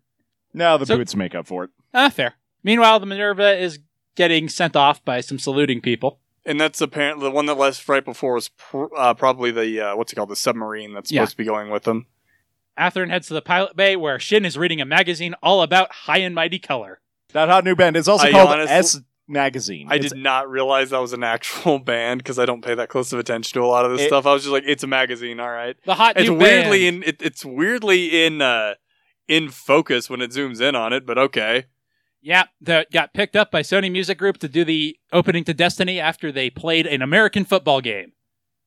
[SPEAKER 3] No, the
[SPEAKER 2] So-
[SPEAKER 3] boots make up for it.
[SPEAKER 2] Ah, fair. Meanwhile, the Minerva is getting sent off by some saluting people.
[SPEAKER 4] and that's apparently the one that left right before was pr- uh, probably the uh, what's it called the submarine that's
[SPEAKER 2] Yeah.
[SPEAKER 4] supposed to be going with them.
[SPEAKER 2] Atherin heads to the pilot bay where Shin is reading a magazine all about high and mighty color.
[SPEAKER 3] That hot new band is also
[SPEAKER 4] I
[SPEAKER 3] called
[SPEAKER 4] honestly-
[SPEAKER 3] S Magazine.
[SPEAKER 4] I
[SPEAKER 3] It's-
[SPEAKER 4] did not realize that was an actual band because I don't pay that close of attention to a lot of this
[SPEAKER 3] It-
[SPEAKER 4] stuff. I was just like, it's a magazine, all right.
[SPEAKER 2] The hot
[SPEAKER 4] It's
[SPEAKER 2] new
[SPEAKER 4] weirdly
[SPEAKER 2] band.
[SPEAKER 4] in it, it's weirdly in uh, in focus when it zooms in on it, but okay.
[SPEAKER 2] yeah, that got picked up by Sony Music Group to do the opening to Destiny after they played an American football game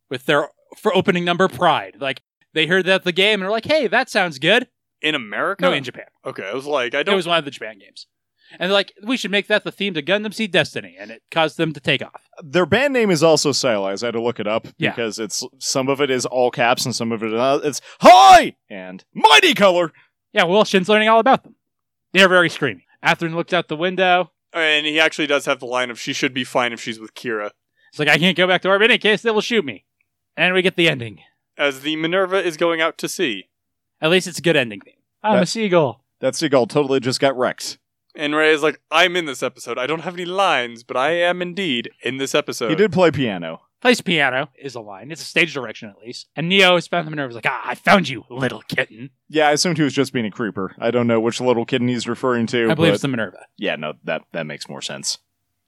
[SPEAKER 2] with their for opening number Pride. Like they heard that at the game and were like, "Hey, that sounds good."
[SPEAKER 4] In America,
[SPEAKER 2] No, in Japan,
[SPEAKER 4] okay. I was like, I
[SPEAKER 2] it
[SPEAKER 4] don't.
[SPEAKER 2] was one of the Japan games, and they're like, "We should make that the theme to Gundam Seed Destiny," and it caused them to take off.
[SPEAKER 3] their band name is also stylized. I had to look it up
[SPEAKER 2] Yeah.
[SPEAKER 3] because it's some of it is all caps and some of it is not. It's hi and mighty color.
[SPEAKER 2] Yeah, well, Shin's learning all about them. They're very screamy. Atherin looks out the window.
[SPEAKER 4] and he actually does have the line of "She should be fine if she's with Kira,"
[SPEAKER 2] It's like I can't go back to orbit in any case they will shoot me, and we get the ending.
[SPEAKER 4] as the Minerva is going out to sea,
[SPEAKER 2] At least it's a good ending theme. I'm a
[SPEAKER 3] That-
[SPEAKER 2] seagull.
[SPEAKER 3] That seagull totally just got wrecked.
[SPEAKER 4] and Ray is like, "I'm in this episode. I don't have any lines, but I am indeed in this episode."
[SPEAKER 3] He did play piano.
[SPEAKER 2] Plays piano is a line. It's a stage direction at least. And Neo has found the Minerva's like, ah, I found you, little kitten.
[SPEAKER 3] Yeah, I assumed he was just being a creeper. I don't know which little kitten he's referring to.
[SPEAKER 2] I believe
[SPEAKER 3] but
[SPEAKER 2] it's the Minerva.
[SPEAKER 3] yeah, no, that that makes more sense.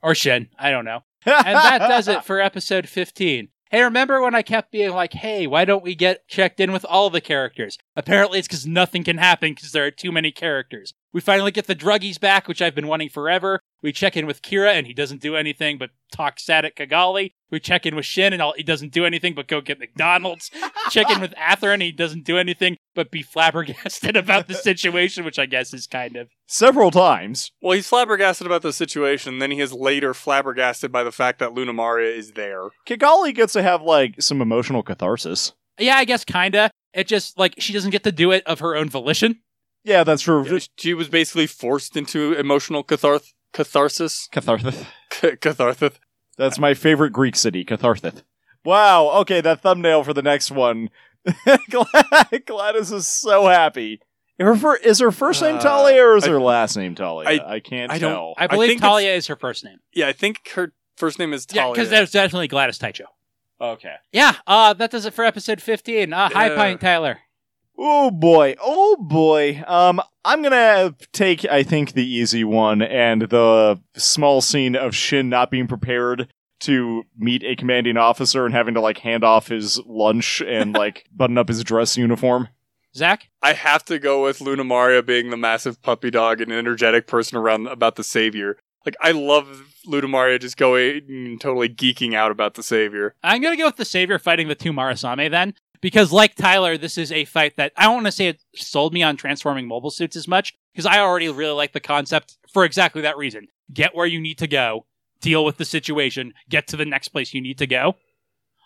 [SPEAKER 2] Or Shin. I don't know. And that does it for episode 15. Hey, remember when I kept being like, hey, why don't we get checked in with all the characters? Apparently, it's because nothing can happen because there are too many characters. We finally get the druggies back, which I've been wanting forever. We check in with Kira, and he doesn't do anything but talk sad at Kigali. We check in with Shin, and all, he doesn't do anything but go get McDonald's. check in with Ather, and he doesn't do anything but be flabbergasted about the situation, which I guess is kind of.
[SPEAKER 3] Several times.
[SPEAKER 4] Well, he's flabbergasted about the situation, then he is later flabbergasted by the fact that Luna Maria is there.
[SPEAKER 3] Kigali gets to have like some emotional catharsis.
[SPEAKER 2] Yeah, I guess kinda. It just, like, she doesn't get to do it of her own volition.
[SPEAKER 3] Yeah, that's true.
[SPEAKER 4] She was basically forced into emotional catharth- catharsis.
[SPEAKER 3] Catharsis.
[SPEAKER 4] C- catharsis.
[SPEAKER 3] That's my favorite Greek city, Catharthith. Wow. Okay, that thumbnail for the next one. Glad- Gladys is so happy. Her fir- is her first name
[SPEAKER 4] Uh,
[SPEAKER 3] Talia or is
[SPEAKER 4] I-
[SPEAKER 3] her last name Talia? I, can't
[SPEAKER 4] I don't-
[SPEAKER 3] tell.
[SPEAKER 2] I
[SPEAKER 4] I
[SPEAKER 2] believe
[SPEAKER 4] think it's-
[SPEAKER 2] Talia is her first name.
[SPEAKER 4] Yeah, I think her first name is
[SPEAKER 2] Yeah,
[SPEAKER 4] Talia.
[SPEAKER 2] because there's definitely Gladys Taicho.
[SPEAKER 3] okay.
[SPEAKER 2] Yeah, uh, that does it for episode 15. Uh, High
[SPEAKER 4] Yeah.
[SPEAKER 2] Pine Tyler.
[SPEAKER 3] Oh boy. Oh boy. Um, I'm gonna take I think the easy one and the small scene of Shin not being prepared to meet a commanding officer and having to like hand off his lunch and like button up his dress uniform.
[SPEAKER 2] Zach?
[SPEAKER 4] I have to go with Luna Maria being the massive puppy dog and energetic person around about the savior. Like I love Luna Maria just going and totally geeking out about the savior.
[SPEAKER 2] I'm going to go with the Savior fighting the two Marasame then, because like Tyler, this is a fight that I don't want to say it sold me on transforming mobile suits as much, because I already really like the concept for exactly that reason. Get where you need to go, deal with the situation, get to the next place you need to go.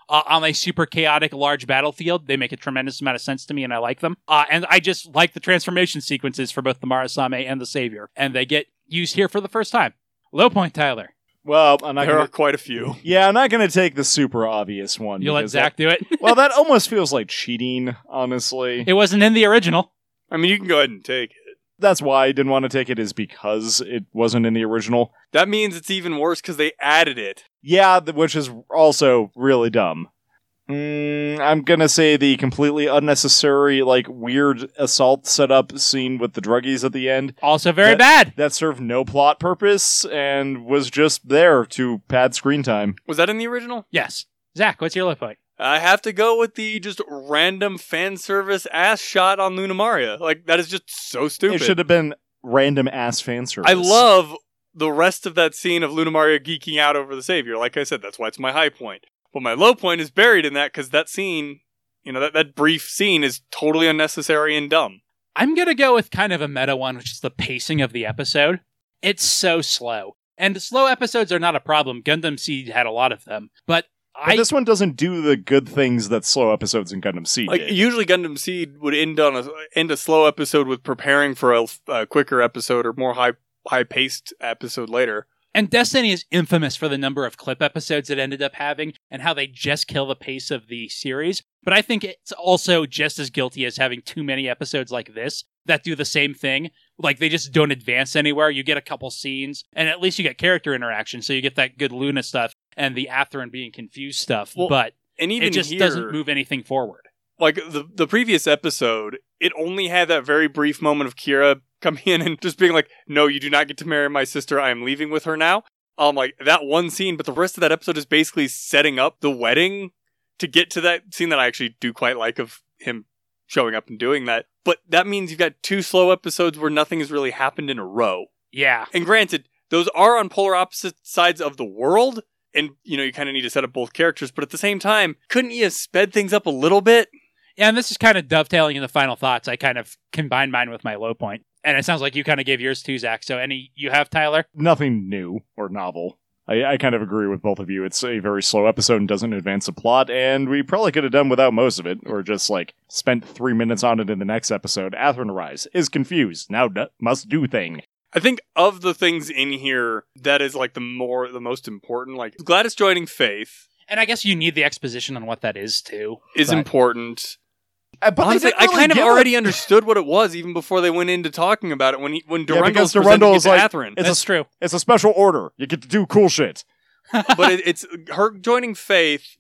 [SPEAKER 2] Uh, on a super chaotic large battlefield, they make a tremendous amount of sense to me, and I like them. Uh, and I just like the transformation sequences for both the Marasame and the Savior, and they get used here for the first time. Low point, Tyler.
[SPEAKER 3] Well, I'm not
[SPEAKER 4] there
[SPEAKER 3] gonna
[SPEAKER 4] are quite a few.
[SPEAKER 3] Yeah, I'm not gonna take the super obvious one.
[SPEAKER 2] You let
[SPEAKER 3] because
[SPEAKER 2] Zach do it.
[SPEAKER 3] that- well, that almost feels like cheating, honestly.
[SPEAKER 2] it wasn't in the original.
[SPEAKER 4] I mean, you can go ahead and take it.
[SPEAKER 3] That's why I didn't want to take it is because it wasn't in the original.
[SPEAKER 4] That means it's even worse because they added it.
[SPEAKER 3] Yeah, th- which is also really dumb. Mm, I'm gonna say the completely unnecessary, like weird assault setup scene with the druggies at the end
[SPEAKER 2] Also, very
[SPEAKER 3] That-
[SPEAKER 2] bad.
[SPEAKER 3] that served no plot purpose and was just there to pad screen time.
[SPEAKER 4] Was that in the original?
[SPEAKER 2] Yes. Zach, what's your low point?
[SPEAKER 4] I have to go with the just random fan service ass shot on Luna Maria. Like that is just so stupid.
[SPEAKER 3] It should have been random ass fan service.
[SPEAKER 4] I love the rest of that scene of Luna Maria geeking out over the savior. Like I said, that's why it's my high point. But my low point is buried in that because that scene, you know, that, that brief scene is totally unnecessary and dumb.
[SPEAKER 2] I'm going to go with kind of a meta one, which is the pacing of the episode. It's so slow. And slow episodes are not a problem. Gundam Seed had a lot of them. But
[SPEAKER 3] But
[SPEAKER 2] I.
[SPEAKER 3] this one doesn't do the good things that slow episodes in Gundam Seed
[SPEAKER 4] Like
[SPEAKER 3] did.
[SPEAKER 4] usually, Gundam Seed would end on a end a slow episode with preparing for a, a quicker episode or more high high paced episode later.
[SPEAKER 2] and Destiny is infamous for the number of clip episodes it ended up having and how they just kill the pace of the series. But I think it's also just as guilty as having too many episodes like this that do the same thing. Like they just don't advance anywhere. You get a couple scenes, and at least you get character interaction, so you get that good Luna stuff. and the Atherin being confused stuff,
[SPEAKER 4] Well,
[SPEAKER 2] but
[SPEAKER 4] And even
[SPEAKER 2] it just
[SPEAKER 4] here,
[SPEAKER 2] doesn't move anything forward.
[SPEAKER 4] like the the previous episode, it only had that very brief moment of Kira coming in and just being like, "No, you do not get to marry my sister. I am leaving with her now." Um, like that one scene, but the rest of that episode is basically setting up the wedding to get to that scene that I actually do quite like of him showing up and doing that. But that means you've got two slow episodes where nothing has really happened in a row.
[SPEAKER 2] Yeah.
[SPEAKER 4] And granted, those are on polar opposite sides of the world, and you know you kind of need to set up both characters. But at the same time, couldn't you have sped things up a little bit?
[SPEAKER 2] And this is kind of dovetailing in the final thoughts. I kind of combined mine with my low point. And it sounds like you kind of gave yours too, Zach. So any you have, Tyler?
[SPEAKER 3] Nothing new or novel. I, I kind of agree with both of you. It's a very slow episode and doesn't advance the plot, and we probably could have done without most of it, or just like spent three minutes on it in the next episode. Atherin arrives, is confused, now d- must do thing.
[SPEAKER 4] I think of the things in here, that is like the more the most important. Like Gladys joining Faith
[SPEAKER 2] And I guess you need the exposition on what that is too.
[SPEAKER 4] is
[SPEAKER 3] Right.
[SPEAKER 4] important.
[SPEAKER 3] Uh, but they
[SPEAKER 4] Honestly,
[SPEAKER 3] didn't really
[SPEAKER 4] I kind of
[SPEAKER 3] give
[SPEAKER 4] already understood what it was even before they went into talking about it when he, when
[SPEAKER 3] Yeah,
[SPEAKER 4] Durandal
[SPEAKER 3] because
[SPEAKER 4] was presenting
[SPEAKER 3] Durandal
[SPEAKER 4] it
[SPEAKER 3] is
[SPEAKER 4] to
[SPEAKER 3] like-
[SPEAKER 4] Atherin.
[SPEAKER 3] It's a-
[SPEAKER 2] That's true.
[SPEAKER 3] It's a special order. You get to do cool shit.
[SPEAKER 4] but it, it's her joining Faith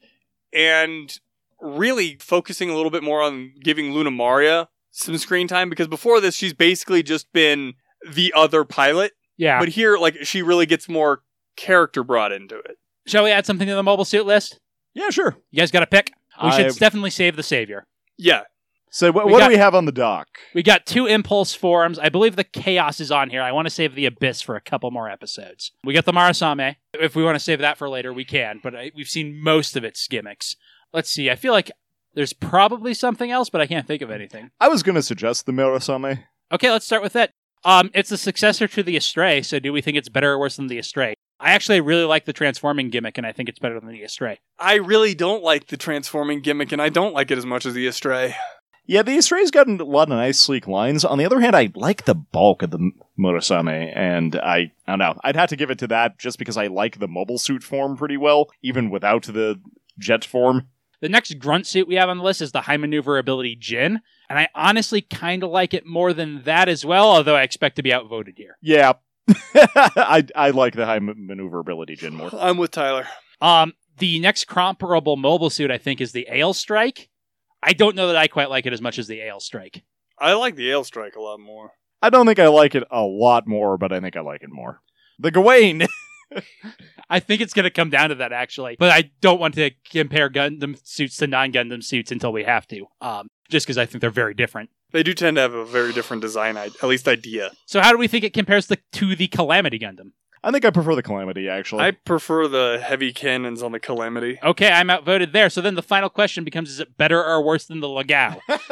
[SPEAKER 4] and really focusing a little bit more on giving Luna Maria some screen time because before this she's basically just been the other pilot,
[SPEAKER 2] Yeah.
[SPEAKER 4] but here like she really gets more character brought into it.
[SPEAKER 2] Shall we add something to the mobile suit list?
[SPEAKER 3] Yeah, sure.
[SPEAKER 2] You guys got a pick? We
[SPEAKER 3] I-
[SPEAKER 2] should definitely save the savior.
[SPEAKER 4] Yeah,
[SPEAKER 3] So what,
[SPEAKER 2] We
[SPEAKER 3] what
[SPEAKER 2] got-
[SPEAKER 3] do we have on the dock?
[SPEAKER 2] We got two impulse forms. I believe the chaos is on here. I want to save the abyss for a couple more episodes. We got the Marasame. If we want to save that for later, we can. But I, we've seen most of its gimmicks. Let's see. I feel like there's probably something else, but I can't think of anything.
[SPEAKER 3] I was going to suggest the Murasame.
[SPEAKER 2] Okay, let's start with that. Um, it's the successor to the Astray. So do we think it's better or worse than the Astray? I actually really like the transforming gimmick, and I think it's better than the Astray.
[SPEAKER 4] I really don't like the transforming gimmick, and I don't like it as much as the Astray.
[SPEAKER 3] Yeah, the Israelis got a lot of nice, sleek lines. On the other hand, I like the bulk of the Murasame, and I, I don't know. I'd have to give it to that just because I like the mobile suit form pretty well, even without the jet form.
[SPEAKER 2] The next grunt suit we have on the list is the high maneuverability Jin, and I honestly kind of like it more than that as well. Although I expect to be outvoted here.
[SPEAKER 3] Yeah. I, I like the high m- maneuverability Jin more.
[SPEAKER 4] I'm with Tyler.
[SPEAKER 2] Um, the next comparable mobile suit I think is the Ale Strike. I don't know that I quite like it as much as the Ale Strike.
[SPEAKER 4] I like the Ale Strike a lot more.
[SPEAKER 3] I don't think I like it a lot more, but I think I like it more. The Gawain!
[SPEAKER 2] I think it's going to come down to that actually, but I don't want to compare Gundam suits to non-Gundam suits until we have to. Um, just because I think they're very different.
[SPEAKER 4] They do tend to have a very different design, I- at least idea.
[SPEAKER 2] So how do we think it compares to, to the Calamity Gundam?
[SPEAKER 3] I think I prefer the Calamity, actually.
[SPEAKER 4] I prefer the heavy cannons on the Calamity.
[SPEAKER 2] Okay, I'm outvoted there. So then the final question becomes: Is it better or worse than the Legao?
[SPEAKER 3] I think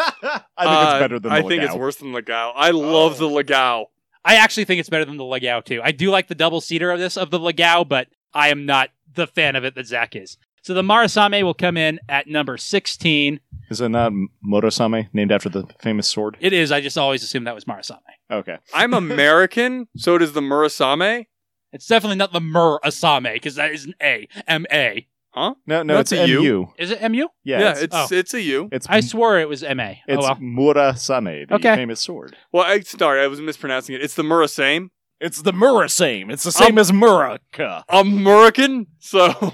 [SPEAKER 4] Uh,
[SPEAKER 3] it's better than the
[SPEAKER 4] I think it's
[SPEAKER 3] Legao.
[SPEAKER 4] worse than Legao. I love the Legao.
[SPEAKER 2] I actually think it's better than the Legao too. I do like the double seater of this of the Legao, but I am not the fan of it that Zach is. So the Marasame will come in at number sixteen.
[SPEAKER 3] Is it not Motosame, named after the famous sword?
[SPEAKER 2] It is. I just always assumed that was Marasame.
[SPEAKER 3] Okay.
[SPEAKER 4] I'm American, so does the Murasame.
[SPEAKER 2] It's definitely not the Mur Asame because that is an A M A.
[SPEAKER 3] No, no,
[SPEAKER 4] That's
[SPEAKER 3] it's
[SPEAKER 4] a
[SPEAKER 3] MU.
[SPEAKER 4] U.
[SPEAKER 2] Is it M U?
[SPEAKER 3] Yeah,
[SPEAKER 4] yeah,
[SPEAKER 3] it's,
[SPEAKER 4] it's it's a U.
[SPEAKER 3] it's,
[SPEAKER 2] I swore it was M A. Oh
[SPEAKER 3] Mm-hmm. it's
[SPEAKER 2] well.
[SPEAKER 3] Murasame, the
[SPEAKER 2] Okay.
[SPEAKER 3] famous sword.
[SPEAKER 4] Well, I sorry, I was mispronouncing it. It's the Murasame.
[SPEAKER 3] It's the Murasame. It's the
[SPEAKER 2] Um,
[SPEAKER 4] same
[SPEAKER 3] as Muraka.
[SPEAKER 4] American. So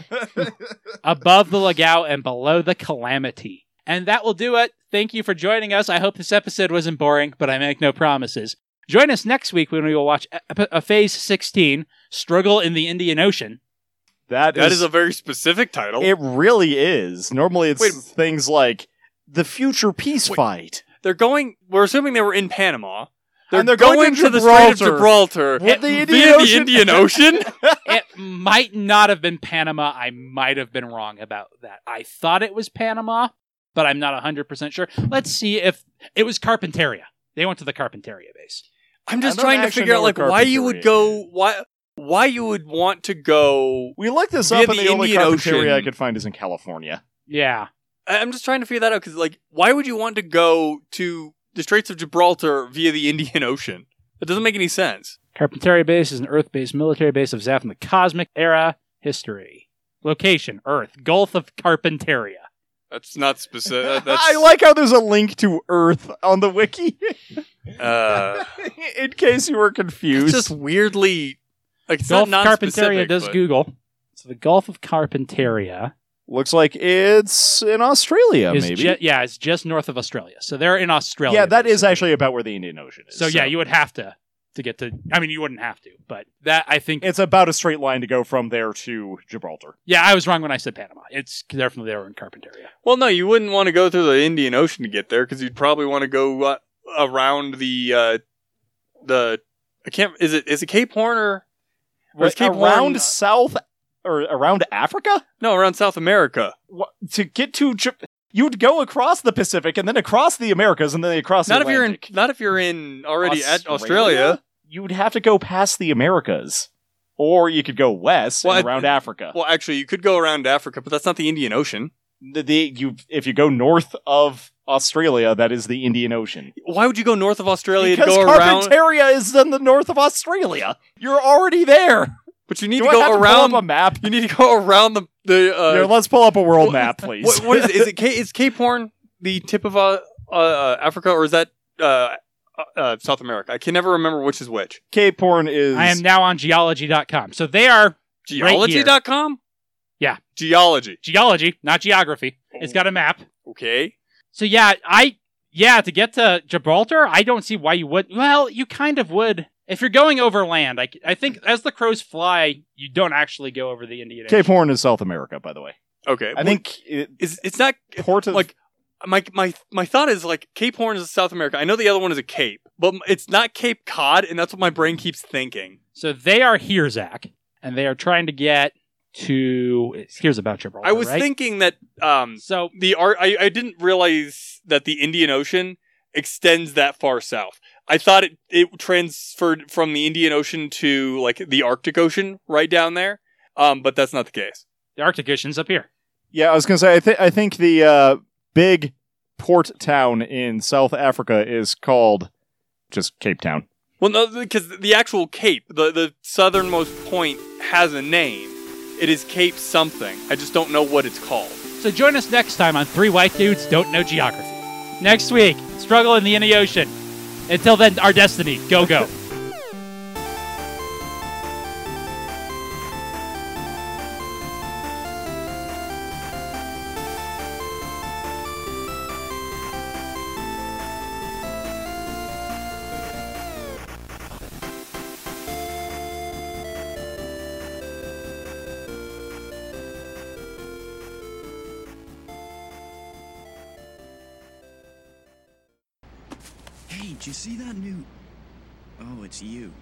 [SPEAKER 2] above the Legao and below the Calamity. And that will do it. Thank you for joining us. I hope this episode wasn't boring, but I make no promises. Join us next week when we will watch ep- a Phase 16 Struggle in the Indian Ocean.
[SPEAKER 4] that is a very specific title.
[SPEAKER 3] It really is. Normally, it's
[SPEAKER 4] Wait.
[SPEAKER 3] things like the future peace
[SPEAKER 4] Wait.
[SPEAKER 3] fight.
[SPEAKER 4] they're going. We're assuming they were in Panama. They're,
[SPEAKER 3] And they're
[SPEAKER 4] going,
[SPEAKER 3] going to
[SPEAKER 4] to the Strait of
[SPEAKER 3] Gibraltar.
[SPEAKER 4] Gibraltar.
[SPEAKER 3] With the
[SPEAKER 4] via
[SPEAKER 3] Indian Ocean.
[SPEAKER 4] Indian Ocean?
[SPEAKER 2] it might not have been Panama. I might have been wrong about that. I thought it was Panama, but I'm not 100% sure. Let's see if it was Carpentaria. They went to the Carpentaria base.
[SPEAKER 4] I'm
[SPEAKER 3] I
[SPEAKER 4] just
[SPEAKER 3] don't
[SPEAKER 4] trying to
[SPEAKER 3] actually
[SPEAKER 4] figure
[SPEAKER 3] know
[SPEAKER 4] out like
[SPEAKER 3] where
[SPEAKER 4] why you would
[SPEAKER 3] Carpentaria
[SPEAKER 4] go why why you would want to go.
[SPEAKER 3] We looked this
[SPEAKER 4] Via
[SPEAKER 3] up, and
[SPEAKER 4] the
[SPEAKER 3] the only
[SPEAKER 4] Indian
[SPEAKER 3] cafeteria I
[SPEAKER 4] Ocean.
[SPEAKER 3] could find is in California.
[SPEAKER 2] Yeah.
[SPEAKER 4] I- I'm just trying to figure that out because like why would you want to go to the Straits of Gibraltar via the Indian Ocean? That doesn't make any sense.
[SPEAKER 2] Carpentaria Base is an Earth based military base of Zaf in the Cosmic Era history. Location Earth, Gulf of Carpentaria.
[SPEAKER 4] That's not specific.
[SPEAKER 3] I like how there's a link to Earth on the wiki,
[SPEAKER 4] Uh,
[SPEAKER 3] in case you were
[SPEAKER 4] it's
[SPEAKER 3] confused.
[SPEAKER 4] just weirdly like it's
[SPEAKER 2] Gulf
[SPEAKER 4] not
[SPEAKER 2] Carpentaria
[SPEAKER 4] non-specific,
[SPEAKER 2] does
[SPEAKER 4] but-
[SPEAKER 2] Google. So the Gulf of Carpentaria
[SPEAKER 3] Looks like it's in Australia,
[SPEAKER 2] is
[SPEAKER 3] maybe.
[SPEAKER 2] ju- yeah, it's just north of Australia. So they're in Australia.
[SPEAKER 3] yeah, that is
[SPEAKER 2] basically.
[SPEAKER 3] actually about where the Indian Ocean is.
[SPEAKER 2] So, yeah, you would have to to get to. I mean, you wouldn't have to, but that I think.
[SPEAKER 3] It's about a straight line to go from there to Gibraltar.
[SPEAKER 2] yeah, I was wrong when I said Panama. It's they're from there in Carpentaria.
[SPEAKER 4] Well, no, you wouldn't want to go through the Indian Ocean to get there because you'd probably want to go uh, around the uh, the I can't is it is it Cape Horn or, or is Cape
[SPEAKER 3] around
[SPEAKER 4] Horn,
[SPEAKER 3] South or around Africa
[SPEAKER 4] no around South America?
[SPEAKER 3] Wha- to get to. Gi- You'd go across the Pacific and then across the Americas and then across.
[SPEAKER 4] Not
[SPEAKER 3] the
[SPEAKER 4] if you're in
[SPEAKER 3] Atlantic.
[SPEAKER 4] not if you're in already at Australia.
[SPEAKER 3] You'd have to go past the Americas, or you could go west
[SPEAKER 4] Well,
[SPEAKER 3] and
[SPEAKER 4] I-
[SPEAKER 3] around Africa.
[SPEAKER 4] Well, actually, you could go around Africa, but that's not the Indian Ocean.
[SPEAKER 3] the, the- you if you go north of Australia, that is the Indian Ocean.
[SPEAKER 4] Why would you go north of Australia
[SPEAKER 3] because
[SPEAKER 4] to go around?
[SPEAKER 3] Carpentaria is in the north of Australia. You're already there.
[SPEAKER 4] but you need
[SPEAKER 3] Do
[SPEAKER 4] to
[SPEAKER 3] I have
[SPEAKER 4] go
[SPEAKER 3] pull
[SPEAKER 4] around.
[SPEAKER 3] up a map?
[SPEAKER 4] you need to go around the the. Uh,
[SPEAKER 3] Here, let's pull up a world
[SPEAKER 4] wh-
[SPEAKER 3] map, please.
[SPEAKER 4] what, what is it? Is it Cape, is Cape Horn the tip of uh, uh, uh, Africa, or is that uh, uh, uh, South America? I can never remember which is which.
[SPEAKER 3] Cape Horn is.
[SPEAKER 2] I am now on geology.com. So they are Right here.
[SPEAKER 4] Geology.com?
[SPEAKER 2] Yeah.
[SPEAKER 4] Geology.
[SPEAKER 2] geology, not geography. It's got a map.
[SPEAKER 4] Okay.
[SPEAKER 2] So yeah, I yeah to get to Gibraltar, I don't see why you would. Well, you kind of would if you're going over land. I, I think as the crows fly, you don't actually go over the Indian
[SPEAKER 3] Cape
[SPEAKER 2] Ocean.
[SPEAKER 3] Horn is South America, by the way.
[SPEAKER 4] Okay.
[SPEAKER 3] I think it,
[SPEAKER 4] it's it's not
[SPEAKER 3] Port of
[SPEAKER 4] like my my my thought is like Cape Horn is South America. I know the other one is a Cape, but it's not Cape Cod, and that's what my brain keeps thinking.
[SPEAKER 2] So they are here, Zach, and they are trying to get to. Here's about Gibraltar.
[SPEAKER 4] I was
[SPEAKER 2] right?
[SPEAKER 4] thinking that um
[SPEAKER 2] So
[SPEAKER 4] the art. I, I didn't realize that the Indian Ocean extends that far south. I thought it it transferred from the Indian Ocean to like the Arctic Ocean right down there. Um, but that's not the case.
[SPEAKER 2] the Arctic Ocean's up here.
[SPEAKER 3] yeah, I was gonna say. I think I think the uh, big port town in South Africa is called just Cape Town.
[SPEAKER 4] Well, no, because the actual cape, the, the southernmost point, has a name. It is Cape something. I just don't know what it's called.
[SPEAKER 2] So join us next time on Three White Dudes Don't Know Geography. Next week, struggle in the Indian Ocean. Until then, our destiny. Go go.
[SPEAKER 1] Hey, did you see that new? Oh, it's you.